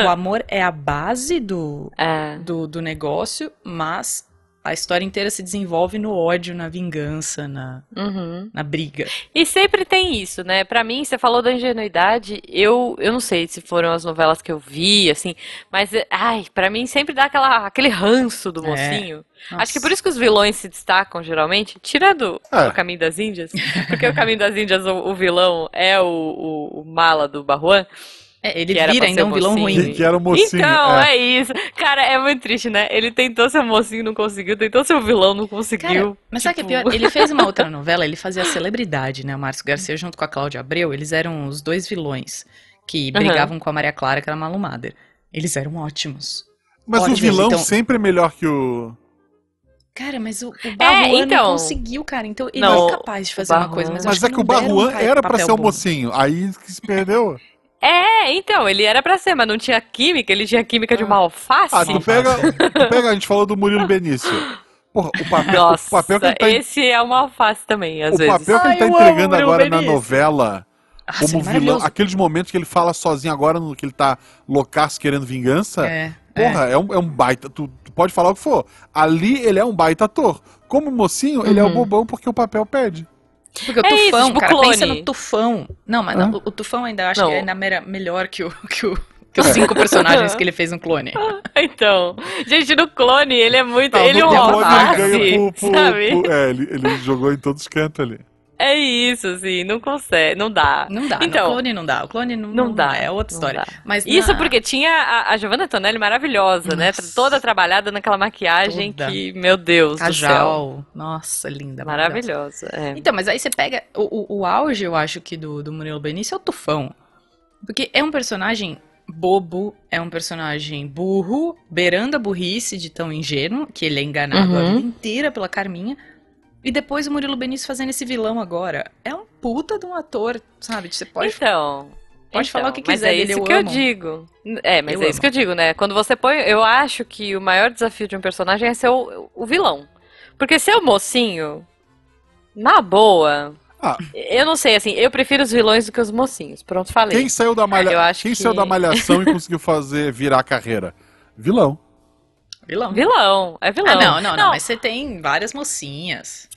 o amor é a base do,
É.
do, do negócio, mas a história inteira se desenvolve no ódio, na vingança, na,
Uhum.
na briga.
E sempre tem isso, né? Pra mim, você falou da ingenuidade, eu, eu não sei se foram as novelas que eu vi, assim, mas, eh, ai, pra mim sempre dá aquela, aquele ranço do
É.
mocinho. Acho que
Nossa.
por isso que os vilões se destacam, geralmente, tirando
É.
o Caminho das Índias, porque o Caminho das Índias, o, o vilão é o, o- o mala do Barruan,
É, ele
que era
vira
pra ser
ainda um vilão
mocinho.
ruim.
Que, que era o mocinho.
Então, é.
é.
isso. Cara, é muito triste, né? Ele tentou ser mocinho, não conseguiu, tentou ser o vilão, não conseguiu.
Mas sabe o que é
Tipo,
pior? Ele fez uma outra novela, ele fazia celebridade, né? O Márcio Garcia junto com a Cláudia Abreu, eles eram os dois vilões que
Aham.
brigavam com a Maria Clara, que era a Malu Mader. Eles eram ótimos.
Mas
Ótimo,
o vilão
então.
sempre é melhor que o.
Cara, mas o, o Barruan
então.
não conseguiu, cara. É, Então ele
Não,
é capaz de
o
fazer uma
Barruan-
coisa, mas, eu
Mas
acho
é que o
não deram um
Barruan
pa-
era pra
papel
ser o
bom.
mocinho. Aí que se perdeu.
É, então, ele era pra ser, mas não tinha química, ele tinha química de uma alface.
Ah,
Sim,
tu pega, tu pega. A gente falou do Murilo Benício. Porra, o papel,
Nossa,
o papel que ele tá,
esse é uma alface também, às
o
vezes.
papel que ele tá
Ai, eu amo
entregando
Murilo
agora na
Benício.
novela.
Nossa,
como
ele é
vilão,
maravilhoso.
aqueles momentos que ele fala sozinho agora, no que ele tá loucaço querendo vingança,
É, é.
né? porra, é, um, é um baita. Tu, tu pode falar o que for. Ali ele é um baita ator. Como mocinho, ele é o
Uhum.
bobão porque o papel pede.
Porque o
É isso,
Tufão,
tipo,
cara, pensa
clone.
no Tufão. Não, mas não, o- o Tufão ainda acho
Não.
que é ainda mera- melhor que, o, que, o-
É.
que os cinco personagens que ele fez no clone.
Então, gente, no clone, ele é muito.
Tá,
ele é
no
um
Demônio
alface,
ele ganha pro, pro-
sabe?
pro- é, ele, ele jogou em todos os cantos ali.
É isso, assim, não consegue, não dá.
Não dá,
Então,
no clone não dá. O clone não,
não dá,
é outra
não
história.
dá.
Mas
Isso
na-
porque tinha a, a Giovanna Tonelli maravilhosa, né?
Nossa.
Toda trabalhada naquela maquiagem
Toda.
que, meu Deus do céu.
Cajal, nossa, linda, maravilhosa.
Maravilhosa, é.
Então, mas aí você pega o, o, o auge, eu acho que do, do Murilo Benício é o Tufão. Porque é um personagem bobo, é um personagem burro, beirando a burrice de tão ingênuo, que ele é enganado a
Uhum.
vida inteira pela Carminha. E depois o Murilo Benício fazendo esse vilão agora. É um puta de um ator, sabe? Você pode.
Então.
pode
então,
falar o que
mas
quiser
é
dele,
isso
eu
que
amo.
eu digo. É, mas
Eu
é isso
amo.
que eu digo, né? Quando você põe. Eu acho que o maior desafio de um personagem é ser o, o vilão. Porque ser o mocinho, na boa.
Ah.
Eu não sei, assim, eu prefiro os vilões do que os mocinhos. Pronto, falei.
Quem saiu da malha,
Eu acho
quem
que-
saiu da malhação e conseguiu fazer virar a carreira? Vilão.
Vilão.
Vilão, é vilão.
Ah, não, não, não,
Não,
Mas você tem várias mocinhas.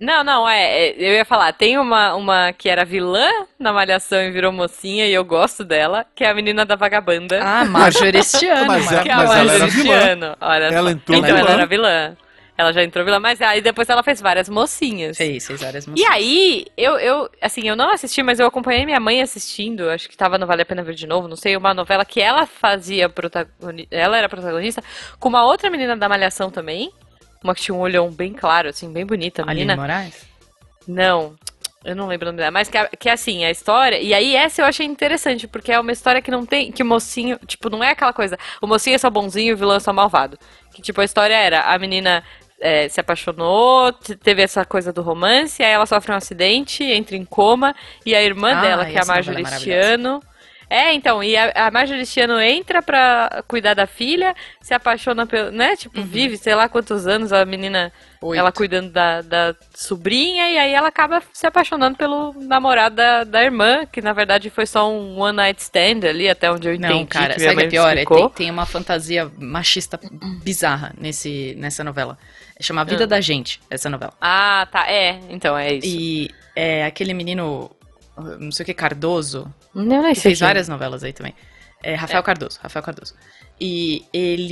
Não, não, é, é, eu ia falar, tem uma, uma que era vilã na Malhação e virou mocinha, e eu gosto dela, que é a menina da vagabanda.
Ah, Marjorie este ano,
Mas é-
Que é a
mas ela
Marjorie
era vilã.
Cristiano, Olha
Ela
só.
entrou
então
vilã.
ela era vilã. Ela já entrou vilã, mas aí depois ela fez várias mocinhas.
Fez, fez várias mocinhas.
E aí, eu, eu, assim, eu não assisti, mas eu acompanhei minha mãe assistindo, acho que tava no Vale a Pena Ver de Novo, não sei, uma novela que ela fazia, protagoni- ela era protagonista, com uma outra menina da Malhação também, uma que tinha um olhão bem claro, assim, bem bonita, a menina.
Aline Moraes?
Não, eu não lembro o nome dela, mas que, a- que assim, a história. E aí, essa eu achei interessante, porque é uma história que não tem. Que o mocinho. Tipo, não é aquela coisa. O mocinho é só bonzinho e o vilão é só malvado. Que, tipo, a história era: a menina é, se apaixonou, te- teve essa coisa do romance, aí ela sofre um acidente, entra em coma, e a irmã
Ah,
dela, que é a
essa novela é
Marjorie
maravilhosa.
Cristiano. É, então, e a, a Marjorie Cristiano entra pra cuidar da filha, se apaixona pelo. né? Tipo,
Uhum.
vive, sei lá quantos anos a menina.
Oito.
Ela cuidando da, da sobrinha e aí ela acaba se apaixonando pelo namorado da, da irmã, que na verdade foi só um one night stand ali, até onde eu entendi.
Não, cara,
que minha
sabe o
mãe
que é pior?
me
É,
explicou.
tem, tem uma fantasia machista bizarra nesse, nessa novela. Chama A Vida
Ah.
da Gente, essa novela.
Ah, tá, é, então é isso.
E é aquele menino, não sei o que, Cardoso,
Eu não
que
sei.
fez
quem.
várias novelas aí também. É, Rafael Cardoso, Rafael Cardoso. E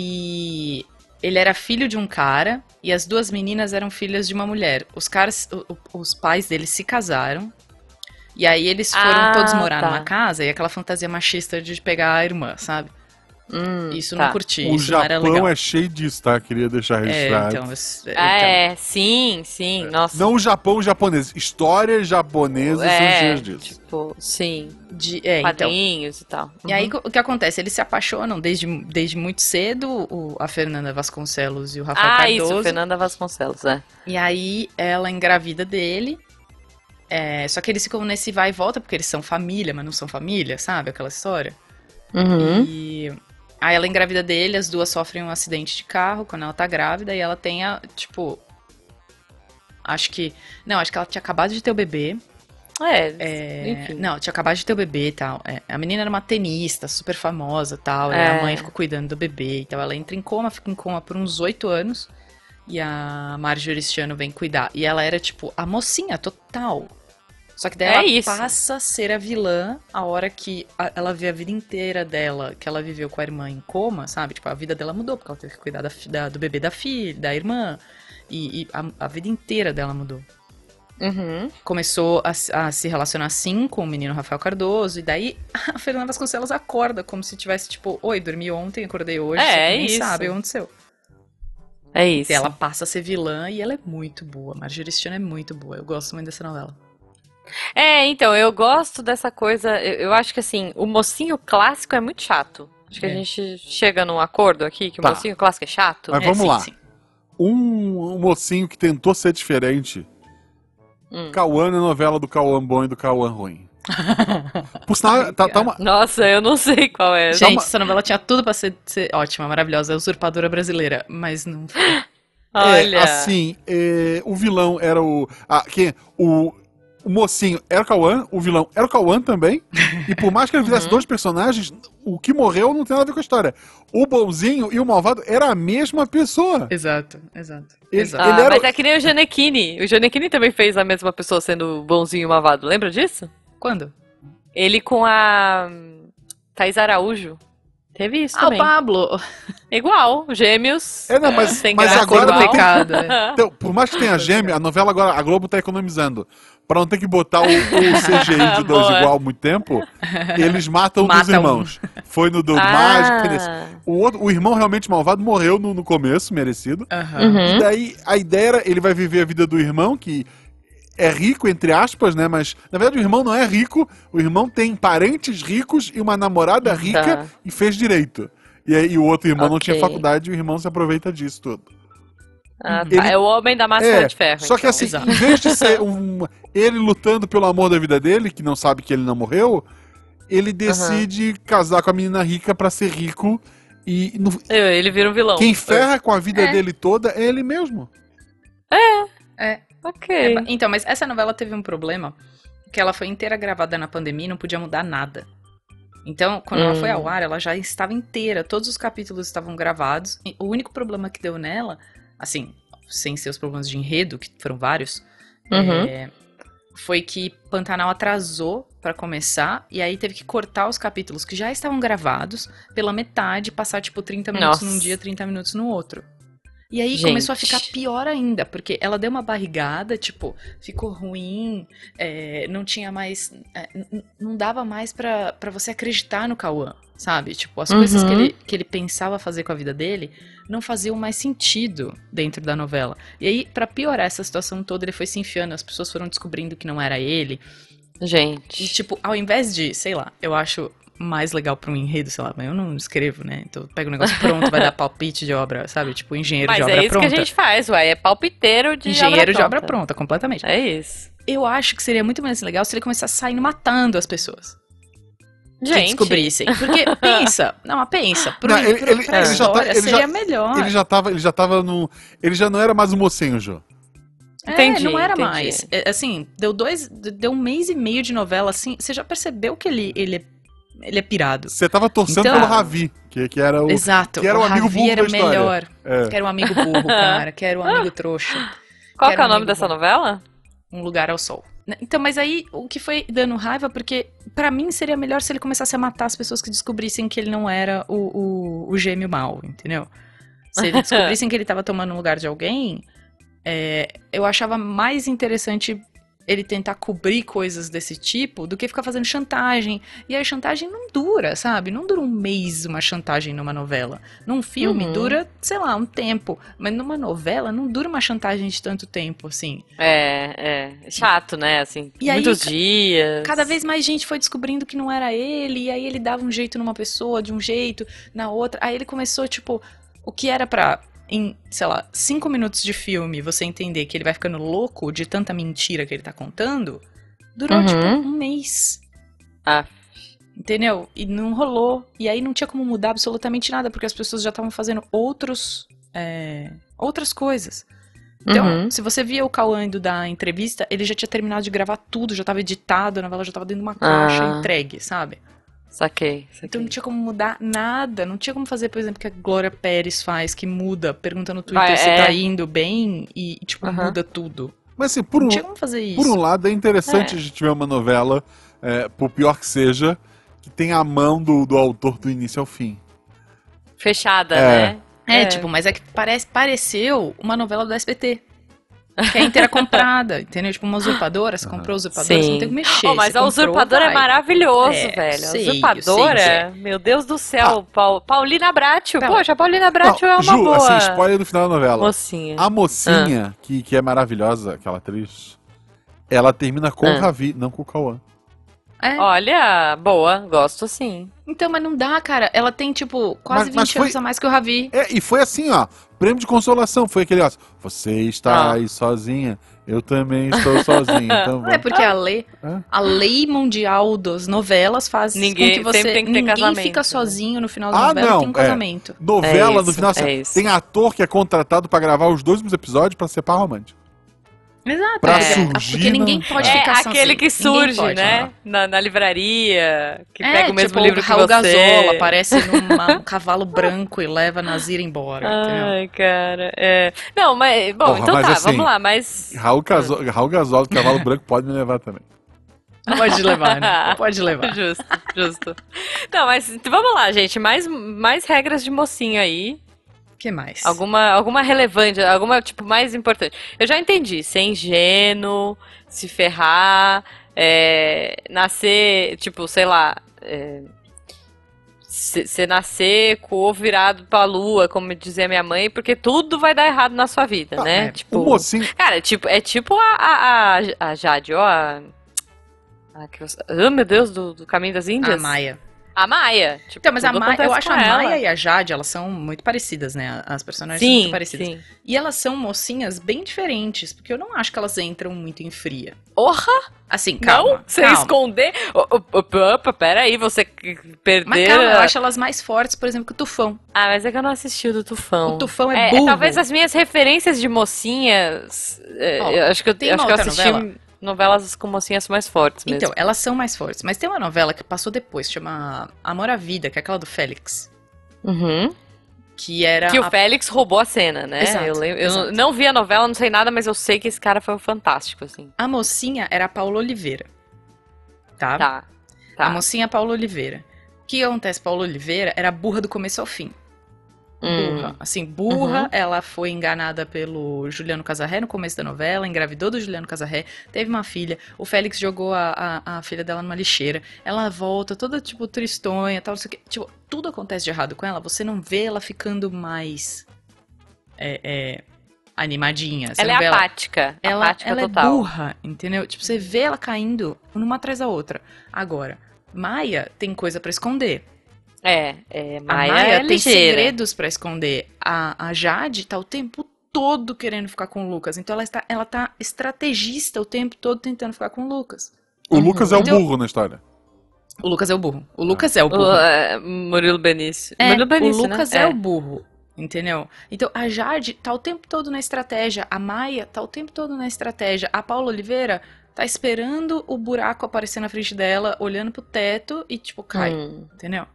ele ele era filho de um cara e as duas meninas eram filhas de uma mulher. Os caras, o- o- os pais deles se casaram. E aí eles foram
Ah,
todos morar
tá.
numa casa e aquela fantasia machista de pegar a irmã, sabe?
Hum,
Isso eu
tá.
não curti,
O
isso não era
Japão
legal.
é cheio disso, tá? Queria deixar
É,
registrado.
então, isso- é,
Ah,
então.
é, sim, sim, nossa.
Não o Japão japonês. Histórias japonesas são
é,
cheias disso.
tipo, sim,
De- é, então.
quadrinhos e tal. Uhum.
E aí o que acontece? Eles se apaixonam desde, desde muito cedo, o- a Fernanda Vasconcelos e o Rafael
ah,
Cardoso.
isso, Fernanda Vasconcelos, é.
E aí ela engravida dele. É, só que eles ficam nesse vai e volta, porque eles são família, mas não são família, sabe? Aquela história.
Uhum.
E aí ela engravida dele, as duas sofrem um acidente de carro quando ela tá grávida, e ela tem a, tipo. Acho que. Não, acho que ela tinha acabado de ter o bebê.
É,
É,
enfim.
Não, tinha acabado de ter o bebê e tal. É, a menina era uma tenista, super famosa e tal. E
É.
a mãe ficou cuidando do bebê e tal. Ela entra em coma, fica em coma por uns oito anos. E a Marjorie esse ano vem cuidar. E ela era, tipo, a mocinha total. Só que daí
É
ela
isso.
passa a ser a vilã a hora que a- ela vê a vida inteira dela, que ela viveu com a irmã em coma, sabe? Tipo, a vida dela mudou, porque ela teve que cuidar da fi- da- do bebê da filha, da irmã. E, e a- a vida inteira dela mudou
Uhum.
começou a, se- a se relacionar assim com o menino Rafael Cardoso, e daí a Fernanda Vasconcelos acorda como se tivesse tipo, oi, dormi ontem, acordei hoje,
É,
você
é
nem
isso.
sabe o que aconteceu.
É isso.
E ela passa a ser vilã e ela é muito boa. Marjorie Stiano é muito boa. Eu gosto muito dessa novela.
É, então, eu gosto dessa coisa. Eu, eu acho que assim, o mocinho clássico é muito chato. Acho que a
É.
gente chega num acordo aqui que
Tá.
o mocinho clássico é chato.
Mas
É,
vamos
sim,
lá.
sim.
Um, um mocinho que tentou ser diferente.
Hum.
Cauã na novela do Cauã bom e do Cauã ruim. Por sinal, tá, tá uma,
Nossa, eu não sei qual é.
Gente,
uma-
essa novela tinha tudo pra ser, ser ótima, maravilhosa, é usurpadora brasileira, mas não foi.
Olha.
É, assim, é, o vilão era o. Ah, quem? O, o mocinho era o Cauã, o vilão era o Cauã também. E por mais que ele
Uhum.
fizesse dois personagens, o que morreu não tem nada a ver com a história. O bonzinho e o malvado era a mesma pessoa.
Exato, exato.
Ele-
exato.
Ah,
era
mas
o-
é que nem o Janequine. O Janequine também fez a mesma pessoa sendo bonzinho e malvado. Lembra disso?
Quando?
Ele com a hum, Thaís Araújo. Teve isso
Ah, o
também.
Pablo!
Igual, gêmeos.
É, não, mas-
sem
mas
graça,
agora
igual.
não tem-
pecado. é.
Tá.
Então, por mais que tenha gêmea, a novela agora, a Globo tá economizando. Pra não ter que botar o, o CGI de dois
Boa.
igual há muito tempo, eles matam um dos
Mata um.
irmãos. Foi no
Ah.
do Mágico, nesse. O, outro- o irmão realmente malvado morreu no- no começo, merecido.
Aham.
Uhum.
E daí a ideia era ele vai viver a vida do irmão, que é rico, entre aspas, né? Mas na verdade o irmão não é rico, o irmão tem parentes ricos e uma namorada rica
Tá.
e fez direito. E aí o outro irmão não
Ok.
tinha faculdade e o irmão se aproveita disso tudo.
Ah, tá.
Ele-
É o homem da máscara de ferro.
só que
então.
assim,
É Exato.
em vez de ser um, ele lutando pelo amor da vida dele, que não sabe que ele não morreu, ele decide casar com a menina rica pra ser rico e no-
É, Ele vira um vilão.
quem ferra com a vida
Então, É.
dele toda é ele mesmo.
É,
Ok.
ba- então, mas essa novela teve um problema, que ela foi inteira gravada na pandemia e não podia mudar nada. Então, quando ela
Hum.
foi ao ar, ela já estava inteira, todos os capítulos estavam gravados. E o único problema que deu nela, assim, sem ser os problemas de enredo, que foram vários,
Uhum.
é, foi que Pantanal atrasou pra começar e aí teve que cortar os capítulos que já estavam gravados pela metade, passar tipo 30 minutos
Nossa.
num dia, 30 minutos no outro. E aí
Gente.
começou a ficar pior ainda, porque ela deu uma barrigada, tipo, ficou ruim, é, não tinha mais. é, n- n- não dava mais pra pra você acreditar no Cauã, sabe? Tipo, as coisas que
Uhum.
ele, que ele pensava fazer com a vida dele não faziam mais sentido dentro da novela. E aí, pra piorar essa situação toda, ele foi se enfiando, as pessoas foram descobrindo que não era ele. E,
Gente.
tipo, ao invés de, sei lá, eu acho mais legal pra um enredo, sei lá, mas eu não escrevo, né? Então eu pego o negócio pronto, vai dar palpite de obra, sabe? Tipo, engenheiro
Mas
de
é
obra
isso
pronta.
que a gente faz, uai. É palpiteiro de
engenheiro
obra
de obra
pronta.
pronta, completamente.
É isso.
Eu acho que seria muito mais legal se ele começasse saindo matando as pessoas. Que
Gente.
descobrissem. Porque pensa, não, mas pensa, pro,
Não, ele-
pro-
ele-
pra
ele já
tá-
história
ele já-
seria
Ah,
melhor.
é.
Ele já tava, ele já tava no. Ele já não era mais o mocinho, Jô.
É,
Entendi,
não era
entendi.
mais. É, assim, deu dois. Deu um mês e meio de novela, assim. Você já percebeu que ele, ele, é, ele é pirado.
Você tava torcendo
Então-
pelo Ravi, que, que era o.
Exato.
que era o um amigo
Ravi
burro
era
da história.
melhor.
É.
Quero um amigo burro, cara. Quero um amigo trouxa.
Qual
Quero
que é o
um
nome
amigo
dessa
bom.
novela?
Um lugar ao sol. Então, mas aí o que foi dando raiva, porque pra mim seria melhor se ele começasse a matar as pessoas que descobrissem que ele não era o, o, o gêmeo mau, entendeu? Se eles descobrissem que ele tava tomando o lugar de alguém, é, eu achava mais interessante ele tentar cobrir coisas desse tipo do que ficar fazendo chantagem. E a chantagem não dura, sabe? Não dura um mês uma chantagem numa novela. Num filme
Uhum.
dura, sei lá, um tempo. Mas numa novela não dura uma chantagem de tanto tempo, assim.
É, é. Chato, né? Assim,
E aí,
muitos
ca-
dias.
Cada vez mais gente foi descobrindo que não era ele, e aí ele dava um jeito numa pessoa, de um jeito, na outra. Aí ele começou, tipo, o que era pra, em, sei lá, cinco minutos de filme, você entender que ele vai ficando louco de tanta mentira que ele tá contando, durou,
Uhum.
tipo, um mês.
Ah.
Entendeu? E não rolou. E aí não tinha como mudar absolutamente nada, porque as pessoas já estavam fazendo outros. é, outras coisas. Então,
Uhum.
se você via o Cauã indo da entrevista, ele já tinha terminado de gravar tudo, já estava editado, a novela já estava dentro de uma caixa
Ah.
entregue, sabe?
Saquei, saquei.
Então não tinha como mudar nada, não tinha como fazer, por exemplo, o que a Glória Pérez faz, que muda, pergunta no Twitter
Vai,
se
é.
tá indo bem e, tipo,
Aham.
muda tudo.
Mas assim, por
não
um,
tinha como fazer isso.
Por um lado, é interessante
É.
a gente ver uma novela, é, por pior que seja, que tem a mão do, do autor do início ao fim.
Fechada,
É.
né?
É,
É.
tipo, mas é que parece, pareceu uma novela do SBT. Que é inteira comprada, entendeu? Tipo, uma usurpadora, se
Aham.
comprou a usurpadora, você não
Sim.
tem que mexer.
Oh, mas
você
a
comprou,
usurpadora é
vai.
maravilhoso,
É,
velho. A
sei,
usurpadora,
eu sei
meu Deus do céu. Pau- Paulina Bracho.
Tá.
Poxa, a Paulina Bracho é
Não,
uma
Ju,
boa
assim, spoiler do final da novela.
mocinha. Ah.
A mocinha, que, que é maravilhosa, aquela atriz, ela termina com
Ah.
o Ravi, não com o Cauã.
É.
Olha, boa, gosto sim.
Então, mas não dá, cara. Ela tem, tipo, quase
Mas-
20
mas foi-
anos a mais que o Ravi.
É, e foi assim, ó, prêmio de consolação, foi aquele, ó, você está
Ah.
aí sozinha, eu também estou sozinha, então
É
vamos.
porque a lei,
Hã?
a lei mundial das novelas faz
Ninguém-
com que você
sempre tem que ter
ninguém
casamento,
fica
né?
sozinho no final
Ah,
da novela e
não,
tem um
é.
casamento.
Novela,
É
no
isso,
final, assim,
é isso.
tem ator que é contratado pra gravar os dois últimos episódios pra ser par romântico.
Exato.
Pra
porque-
surgir,
Ah, porque ninguém
não-
pode
É,
É
ficar sozinho.
aquele que
Ninguém
surge,
pode.
né? Na, na livraria, que
é,
pega o mesmo
tipo,
livro
o
que
Raul
você.
Gazola aparece num um cavalo branco e leva a Nazira embora, entendeu?
Ai, cara. É. Não, mas. Bom,
Porra,
então
mas
tá,
assim-
vamos lá, mas.
Raul, Caso...
É.
Raul Gasol, do Cavalo Branco, pode me levar também.
Não pode levar, né? Não pode levar.
Justo, justo. Não, mas então, vamos lá, gente. Mais, mais regras de mocinho aí.
O que mais?
Alguma, alguma relevante, alguma, tipo, mais importante. Eu já entendi. Ser ingênuo, se ferrar, é, nascer, tipo, sei lá. é, se- Você nascer com o ovo virado pra lua, como dizia minha mãe, porque tudo vai dar errado na sua vida,
Ah,
né?
é.
Tipo,
O mocinho,
Cara, é tipo, é tipo a, a, a- a Jade, ó. A, a que você- Ah, meu Deus, do, do Caminho das
A
Índias.
Maia.
A Maia. Tipo,
Então, mas a
tudo
Maia, eu
acontece
acho
com
a
ela.
Maia e a Jade, elas são muito parecidas, né? As personagens são muito
Sim,
parecidas.
sim.
E elas são mocinhas bem diferentes, porque eu não acho que elas entram muito em fria.
Porra,
Assim, calma.
não? Você
calma.
esconder? Oh, oh, oh, opa, peraí, você que- que perder...
Mas calma, eu
a-
acho elas mais fortes, por exemplo, que o Tufão.
Ah, mas é que eu não assisti o do Tufão.
O Tufão é, burro.
talvez as minhas referências de mocinhas... é,
Ó,
eu acho que eu,
tem
acho
uma
que eu
outra
assisti
novela?
novelas com mocinhas mais fortes mesmo.
um- Então, elas são mais fortes. Mas tem uma novela que passou depois, chama Amor à Vida, que é aquela do Félix.
Uhum.
Que era.
Que o
é a-
Félix roubou a cena, né?
Exato,
eu lembro, eu
exato.
não- não vi a novela, não sei nada, mas eu sei que esse cara foi um fantástico, assim.
a mocinha era a Paula Oliveira. Tá?
Tá. Tá.
A mocinha é a Paula Oliveira. O que acontece? Paula Oliveira era burra do começo ao fim.
Hum.
burra. Assim, burra,
Uhum.
ela foi enganada pelo Juliano Casarré no começo da novela, engravidou do Juliano Casarré, teve uma filha, o Félix jogou a, a, a filha dela numa lixeira, ela volta toda, tipo, tristonha, tal, não sei o quê. Tipo, tudo acontece de errado com ela, você não vê ela ficando mais é, é, animadinha. Você
Ela é
não vê ela,
apática.
ela,
apática
ela é
total.
burra, entendeu? Tipo, você vê ela caindo numa atrás da outra. Agora, Maia tem coisa pra esconder.
É, é,
A
Maia,
Maia,
é
tem
ligeira.
segredos pra esconder. A, a Jade tá o tempo todo querendo ficar com o Lucas. Então ela está, ela tá estrategista o tempo todo tentando ficar com o Lucas.
o
Uhum.
Lucas é o
Então-
burro na história.
O Lucas é o burro. O Lucas é o burro.
O, é, Murilo Benício.
É,
Murilo Benício,
o
né?
Lucas é. o burro, entendeu? Então a Jade tá o tempo todo na estratégia, a Maia tá o tempo todo na estratégia, a Paula Oliveira tá esperando o buraco aparecer na frente dela, olhando pro teto e tipo cai,
Hum,
entendeu?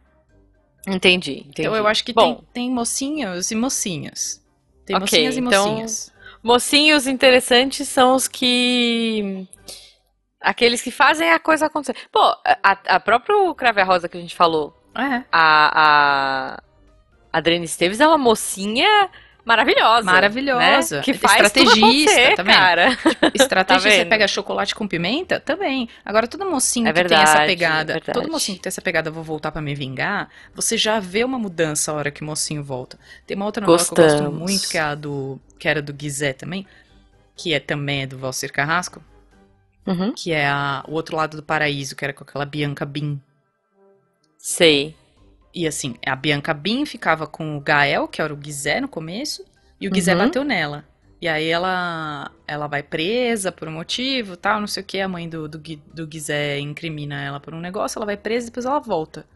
entendi, entendi.
Então eu acho que
Bom,
tem, tem mocinhos e mocinhas. Tem
Ok,
mocinhas e
então-
mocinhas.
mocinhos interessantes são os que Aqueles que fazem a coisa acontecer. Pô, a, a próprio Crave a Rosa que a gente falou,
É.
a, a Adriane Esteves é uma mocinha maravilhosa.
Maravilhosa. É
né? Que faz tudo
Estrategista tá
acontecer,
também.
Cara.
Estratégia,
Tá
você
vendo?
pega chocolate com pimenta? Também. Agora, todo mocinho
É
que tem essa
verdade,
pegada,
é verdade.
todo mocinho que tem essa pegada, vou voltar pra me vingar, você já vê uma mudança a hora que o mocinho volta. Tem uma outra novela que eu gosto
Gostamos.
muito, que é a do, que era do Guizé também, que é também é do Valcir Carrasco,
Uhum.
que é a- o outro lado do paraíso, que era com aquela Bianca Bin.
Sei.
E assim, a Bianca Bin ficava com o Gael, que era o Guizé no começo, e o Guizé
Uhum.
bateu nela. E aí ela ela vai presa por um motivo, tal, não sei o que, a mãe do, do, Gui- do Guizé incrimina ela por um negócio, ela vai presa e depois ela volta.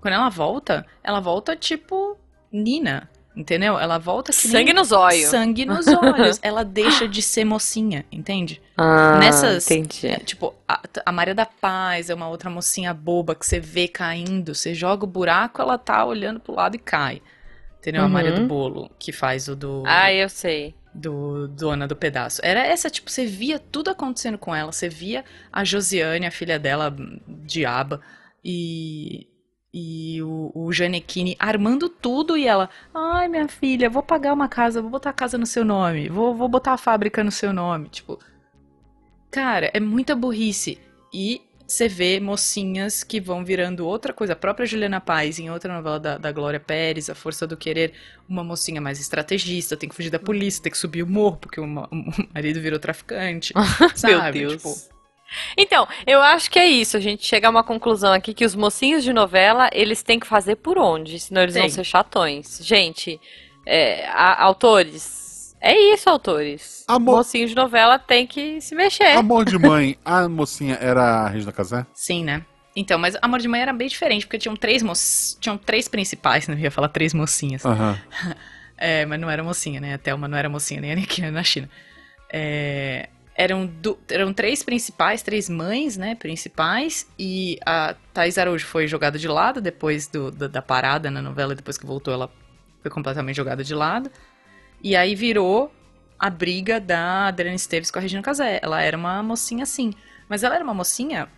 Quando ela volta, ela volta tipo Nina, entendeu? Ela volta que nem
Sangue nos olhos.
sangue nos olhos. Ela deixa de ser mocinha, entende?
Ah,
Nessas-
Entendi.
É, tipo, a, a Maria da Paz é uma outra mocinha boba que você vê caindo. Você joga o buraco, ela tá olhando pro lado e cai. Entendeu? A Maria do
Uhum.
Bolo, que faz o do,
Ah, eu sei.
do Dona do Pedaço. Era essa, tipo, você via tudo acontecendo com ela. Você via a Josiane, a filha dela, diaba, e, e o, o Janequine armando tudo. E ela, ai, minha filha, vou pagar uma casa, vou botar a casa no seu nome, vou, vou botar a fábrica no seu nome. Tipo, cara, é muita burrice. E você vê mocinhas que vão virando outra coisa. A própria Juliana Paz, em outra novela da, da Glória Pérez, A Força do Querer, uma mocinha mais estrategista, tem que fugir da polícia, tem que subir o morro, porque o, ma- o marido virou traficante. sabe?
Meu Deus.
Tipo,
Então, eu acho que é isso. A gente chega a uma conclusão aqui que os mocinhos de novela, eles têm que fazer por onde, senão eles vão
Tem.
ser chatões. Gente, é, a- autores, é isso, autores.
Amor.
Mocinho de novela tem que se mexer.
Amor de mãe, a mocinha era a Regina Casé?
sim, né? Então, mas Amor de Mãe era bem diferente, porque tinham três mo tinham três principais, não ia falar três mocinhas.
Aham.
É, mas não era mocinha, né? A Thelma não era mocinha, nem a Aniquina na China. É, eram, du- eram três principais, três mães, né? Principais. E a Thais Araújo foi jogada de lado depois do- da, da parada na novela. Depois que voltou, ela foi completamente jogada de lado. E aí virou a briga da Adriana Esteves com a Regina Casé. Ela era uma mocinha assim. Mas ela era uma mocinha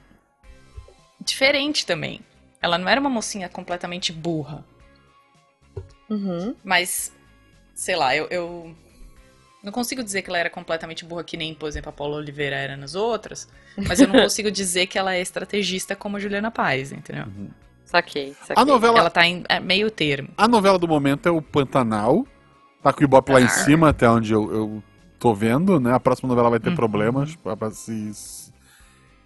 diferente também. Ela não era uma mocinha completamente burra.
Uhum.
Mas, sei lá, eu, eu não consigo dizer que ela era completamente burra, que nem, por exemplo, a Paula Oliveira era nas outras. Mas eu não consigo dizer que ela é estrategista como a Juliana Paz, entendeu?
Então,
Saquei, saquei.
A novela,
Ela tá em é, meio termo.
a novela do momento é o Pantanal. Tá com o Ibope lá em
Ah.
Ar.
cima, até onde eu, eu tô vendo, né? A próxima novela vai ter
Uhum.
problemas. pra- pra se-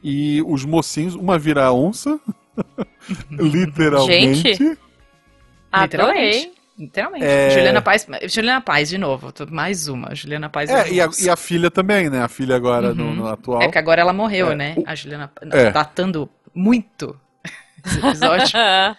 E os mocinhos, uma vira onça. literalmente.
Ah,
Adorei.
Literalmente.
É.
Juliana Paz. Juliana Paz, de novo. tô- Mais uma. Juliana Paz.
É, e a,
nossa.
e a filha também, né? A filha agora no,
Uhum.
no atual.
É que agora ela morreu,
É,
né?
o-
A Juliana.
É.
Datando muito esse episódio.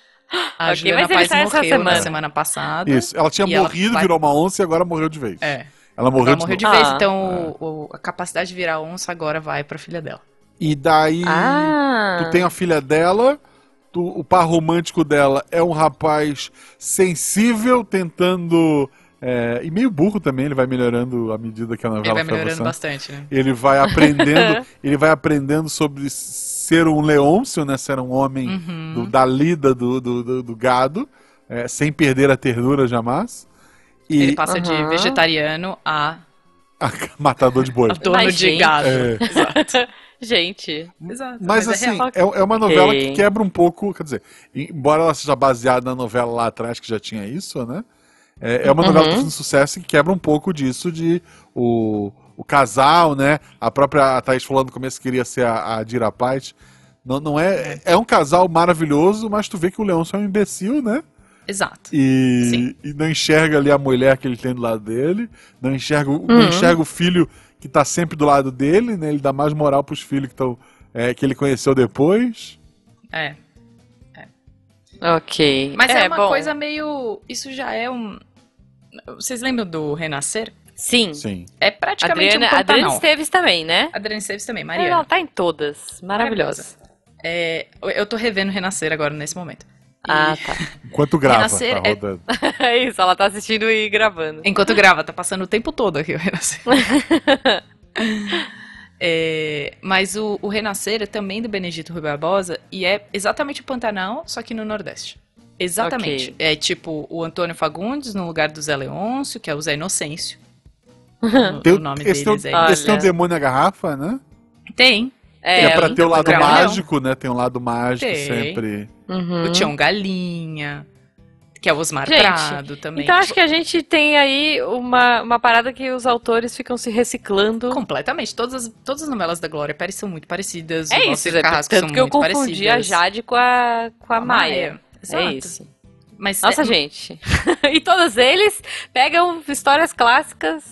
A
Ok,
Juliana
mas ele
Paz
sai essa
morreu na
semana.
semana passada.
tá Isso. Ela tinha
E ela
morrido,
vai-
virou uma onça e agora morreu de vez.
É.
Ela morreu
Ela
de
morreu de
novo.
vez,
Ah.
então o- o- a capacidade de virar onça agora vai pra filha dela.
E daí.
Ah.
Tu tem a filha dela, tu- o par romântico dela é um rapaz sensível, tentando. é, e meio burro também, ele vai melhorando à medida que a novela
Ele vai
foi
melhorando
avançando.
bastante, né?
Ele vai aprendendo, ele vai aprendendo sobre ser um leôncio, né? Ser um homem
Uhum.
do- da lida do, do, do- do gado, é, sem perder a ternura jamais. E
Ele passa de
Aham.
vegetariano a
matador de boi.
a dono
Mas,
de
gente.
gado.
É.
Exato.
Gente,
Exato.
Mas,
é
assim,
real.
é, é uma novela
Ok.
que quebra um pouco, quer dizer, embora ela seja baseada na novela lá atrás, que já tinha isso, né? É, é uma novela que
Uhum.
tá fazendo sucesso e quebra um pouco disso de o, o casal, né? A própria Thaís falou no começo que queria ser a, a Dira Paz. Não, não é, é um casal maravilhoso, mas tu vê que o Leôncio é um imbecil, né?
Exato.
E,
Sim.
e não enxerga ali a mulher que ele tem do lado dele, não enxerga, o- não
Uhum.
enxerga o filho que tá sempre do lado dele, né? Ele dá mais moral pros filhos que, tão, é, que ele conheceu depois.
É.
ok.
Mas é, uma
bom.
coisa meio. Isso já é um. Vocês lembram do Renascer?
Sim.
Sim.
É praticamente
Adriana,
um
Adriana
Pantanal.
Esteves também, né?
Adriana Esteves também,
Ela
Mariana.
tá em todas. Maravilhosa.
É, eu tô revendo Renascer agora, nesse momento. E-
Ah, tá.
Enquanto grava,
Renascer
tá
é-
rodando.
É isso, ela tá assistindo e gravando.
assim. Enquanto grava, tá passando o tempo todo aqui o Renascer. É, mas o, o Renascer é também do Benedito Rui Barbosa e é exatamente o Pantanal, só que no Nordeste. Exatamente.
Ok.
É tipo o Antônio Fagundes no lugar do Zé Leôncio, que é o Zé Inocêncio.
Ah.
O,
Tem
o nome
esse
deles
tem,
é.
esse tem um
Olha.
demônio na garrafa, né?
Ah.
Tem.
É, é pra
um-
ter o lado
dragão.
mágico, né? Tem um lado mágico
Tem.
sempre.
Uhum.
O Tião Galinha, que é o Osmar
Gente,
Prado também.
Então acho que a gente tem aí uma, uma parada que os autores ficam se reciclando.
Completamente. Todas as, todas as novelas da Glória Pérez são muito parecidas.
É
o
isso,
Valcir
Zé,
Carrasco
tanto
assim? são
que eu
muito
confundi a
parecidas.
Jade com a, com a,
A
Maia.
Exato.
É isso.
Mas
Nossa,
é,
gente. e todos eles pegam histórias clássicas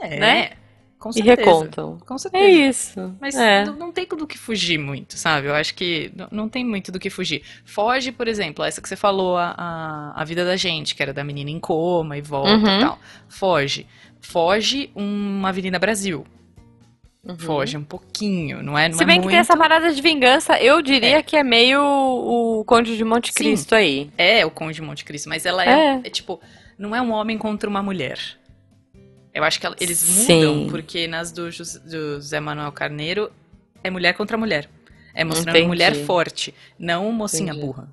é,
né?
Com
e
certeza.
recontam.
Com
É
certeza.
isso.
Mas
é.
não, não tem do que fugir muito, sabe? Eu acho que n- não tem muito do que fugir. Foge, por exemplo, essa que você falou, a, a, a vida da gente, que era da menina em coma e volta
Uhum.
e tal. Foge. Foge uma Avenida Brasil.
Uhum.
Foge um pouquinho, não é? Não
Se
é
bem que tem
muito.
essa parada de vingança, eu diria que é meio o Conde de Monte
Sim.
Cristo aí.
É o Conde de Monte Cristo, mas ela é, é, tipo, não é um homem contra uma mulher. Eu acho que ela- eles mudam,
Sim.
porque nas do, Jus- do Zé Manuel Carneiro é mulher contra mulher. É mostrando
Entendi.
mulher forte, não mocinha
Entendi.
burra.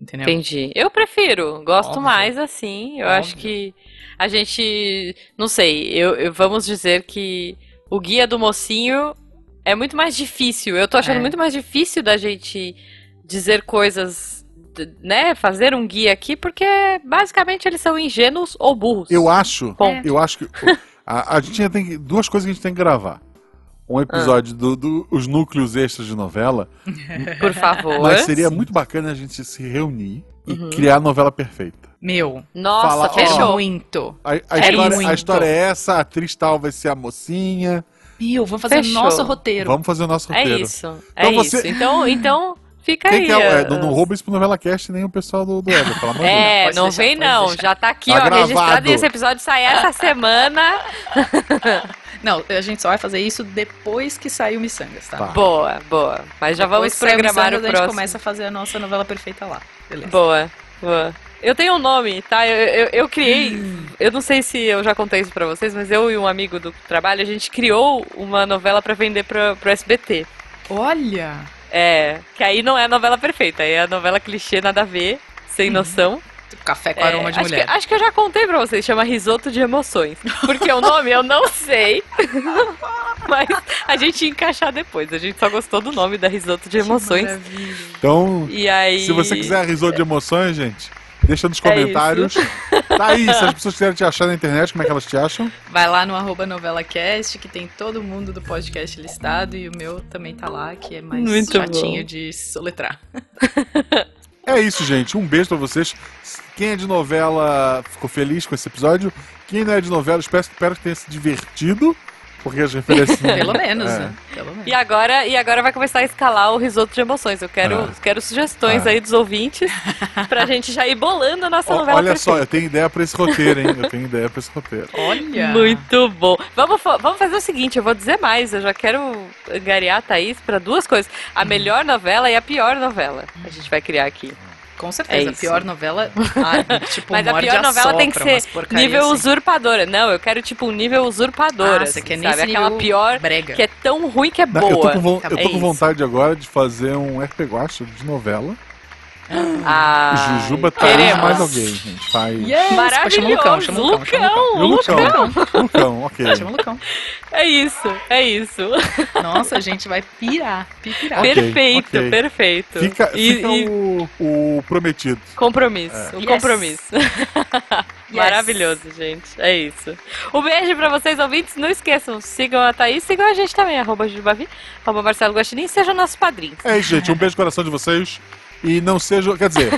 Entendeu?
Entendi. Eu prefiro, gosto
Óbvio.
mais assim. Eu acho
Óbvio.
que a gente, não sei, eu, eu- vamos dizer que o guia do mocinho é muito mais difícil. Eu tô achando
É.
muito mais difícil da gente dizer coisas, d- né, fazer um guia aqui, porque basicamente eles são ingênuos ou burros.
Eu acho.
Ponto.
Eu acho que. A, a gente tem que- duas coisas que a gente tem que gravar. Um episódio dos do, os núcleos extras de novela,
Por favor.
mas seria muito bacana a gente se reunir e
Uhum.
criar a novela perfeita.
Meu,
Nossa,
Fala, ó.
fechou.
muito.
A, a
É
história,
muito.
a história é essa, a atriz tal vai ser a mocinha.
Meu, vamos fazer o
Fechou.
nosso roteiro.
Vamos fazer o nosso
É
roteiro.
isso. é
Então você-
isso. Então, então fica
Quem
aí.
que é o- é, não,
ah,
não rouba isso pro Novela Cast nem o pessoal do, do Ever, pelo amor de Deus.
É,
Pode
não
deixar,
vem
pode
não.
deixar.
Já tá aqui,
Tá
ó, registrado
gravado.
e esse episódio sai essa semana.
Não, a gente só vai fazer isso depois que sair o Missangas, tá?
Tá.
Boa, boa. Mas já
Depois
vamos
que sair
programar o
Missangas, A gente
próximo.
começa a fazer a nossa novela perfeita lá. Beleza.
Boa, boa. Eu tenho um nome, tá? Eu, eu, eu criei. Eu não sei se eu já contei isso pra vocês, mas eu e um amigo do trabalho, a gente criou uma novela pra vender pra, pro SBT.
Olha!
É, que aí não é a novela perfeita, aí é a novela clichê, nada a ver,
Uhum.
sem noção.
Café com
É,
aroma de
acho
mulher.
Que, acho que eu já contei pra vocês, chama Risoto de Emoções. Porque o nome eu não sei. Mas a gente ia encaixar depois. A gente só gostou do nome da Risoto de Emoções.
Então,
E aí.
se você quiser risou de emoções, gente, deixa nos
É
comentários. tá aí, se as pessoas quiserem te achar na internet, como é que elas te acham?
Vai lá no arroba novelacast, que tem todo mundo do podcast listado, e o meu também tá lá, que é mais
Muito
chatinho
bom.
de soletrar.
É isso, gente. Um beijo pra vocês. Quem é de novela ficou feliz com esse episódio. Quem não é de novela, espero, espero que tenha se divertido. Porque as referências. não-
Pelo menos,
É.
né? Pelo menos.
E agora, e agora vai começar a escalar o risoto de emoções. Eu quero,
Ah.
quero sugestões
Ah.
aí dos ouvintes pra gente já ir bolando a nossa
Ó,
novela
olha só,
perfeita.
eu tenho ideia pra esse roteiro, hein? Eu tenho ideia pra esse roteiro.
Olha!
Muito bom. Vamos, fa- vamos fazer o seguinte, eu vou dizer mais. Eu já quero angariar a Thaís pra duas coisas. A
Uhum.
melhor novela e a pior novela. A gente vai criar aqui.
Com
É
certeza, a
isso.
pior novela. Ah, tipo,
Mas a
morde
pior novela
sopra,
tem que ser
umas porcaria
nível
assim.
usurpadora. Não, eu quero tipo um nível usurpadora.
Ah, você
assim,
quer
sabe?
nesse
Aquela
nível
pior
Brega.
que é tão ruim que é
Não, Eu tô
boa.
com, von-
Tá
bom.
eu tô
É
com
isso.
vontade agora de fazer um RP Guacha de novela.
Ah,
Jujuba, Thaís
queremos. é
e mais alguém, gente. Faz.
Yes, pô, chama o Lucão,
Maravilhoso.
chama o Lucão, chama
E o
o Lucão.
Lucão. Lucão, ok.
Chama o Lucão.
É isso, é isso.
Nossa, a gente vai pirar, pirar.
Ok,
perfeito,
ok.
perfeito.
Fica,
e,
fica um-
e
o, o prometido.
compromisso, um
Yes.
compromisso. Maravilhoso, gente. É isso. Um beijo pra vocês, ouvintes. Não esqueçam, sigam a Thaís, sigam a gente também, arroba Jujubavi, arroba Marcelo Guaxinim, sejam nossos padrinhos.
É isso, gente. Um beijo no coração de vocês. E não seja. Quer dizer,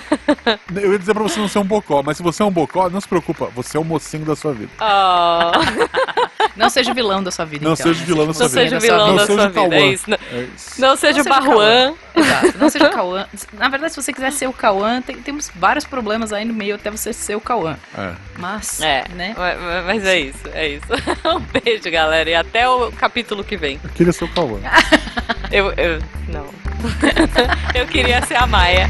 eu ia dizer pra você não ser um bocó, mas se você é um bocó, não se preocupa, você é o mocinho da sua vida.
Oh.
Não seja o vilão da sua vida,
Não
então,
seja
né?
o vilão da
Não
sua
seja
vida.
o vilão
Não
da
seja
sua
tá o Cauã.
vida, é isso. Não,
É isso.
não seja o
seja o
Barruan.
Exato. Tá, Não seja o Cauã. Na verdade, se você quiser ser o Cauã, tem- temos vários problemas aí no meio até você ser o Cauã.
É.
Mas,
É,
né?
mas, mas é isso, é isso. Um beijo, galera, e até o capítulo que vem.
Eu queria ser o Cauã.
Eu, eu, não. Eu queria ser a Maia.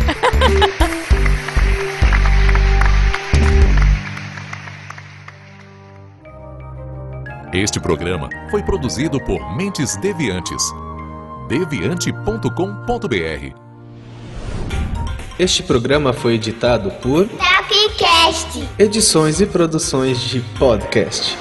Este programa foi produzido por Mentes Deviantes. deviante.com.br.
Este programa foi editado por
Tapcast.
Edições e Produções de Podcast.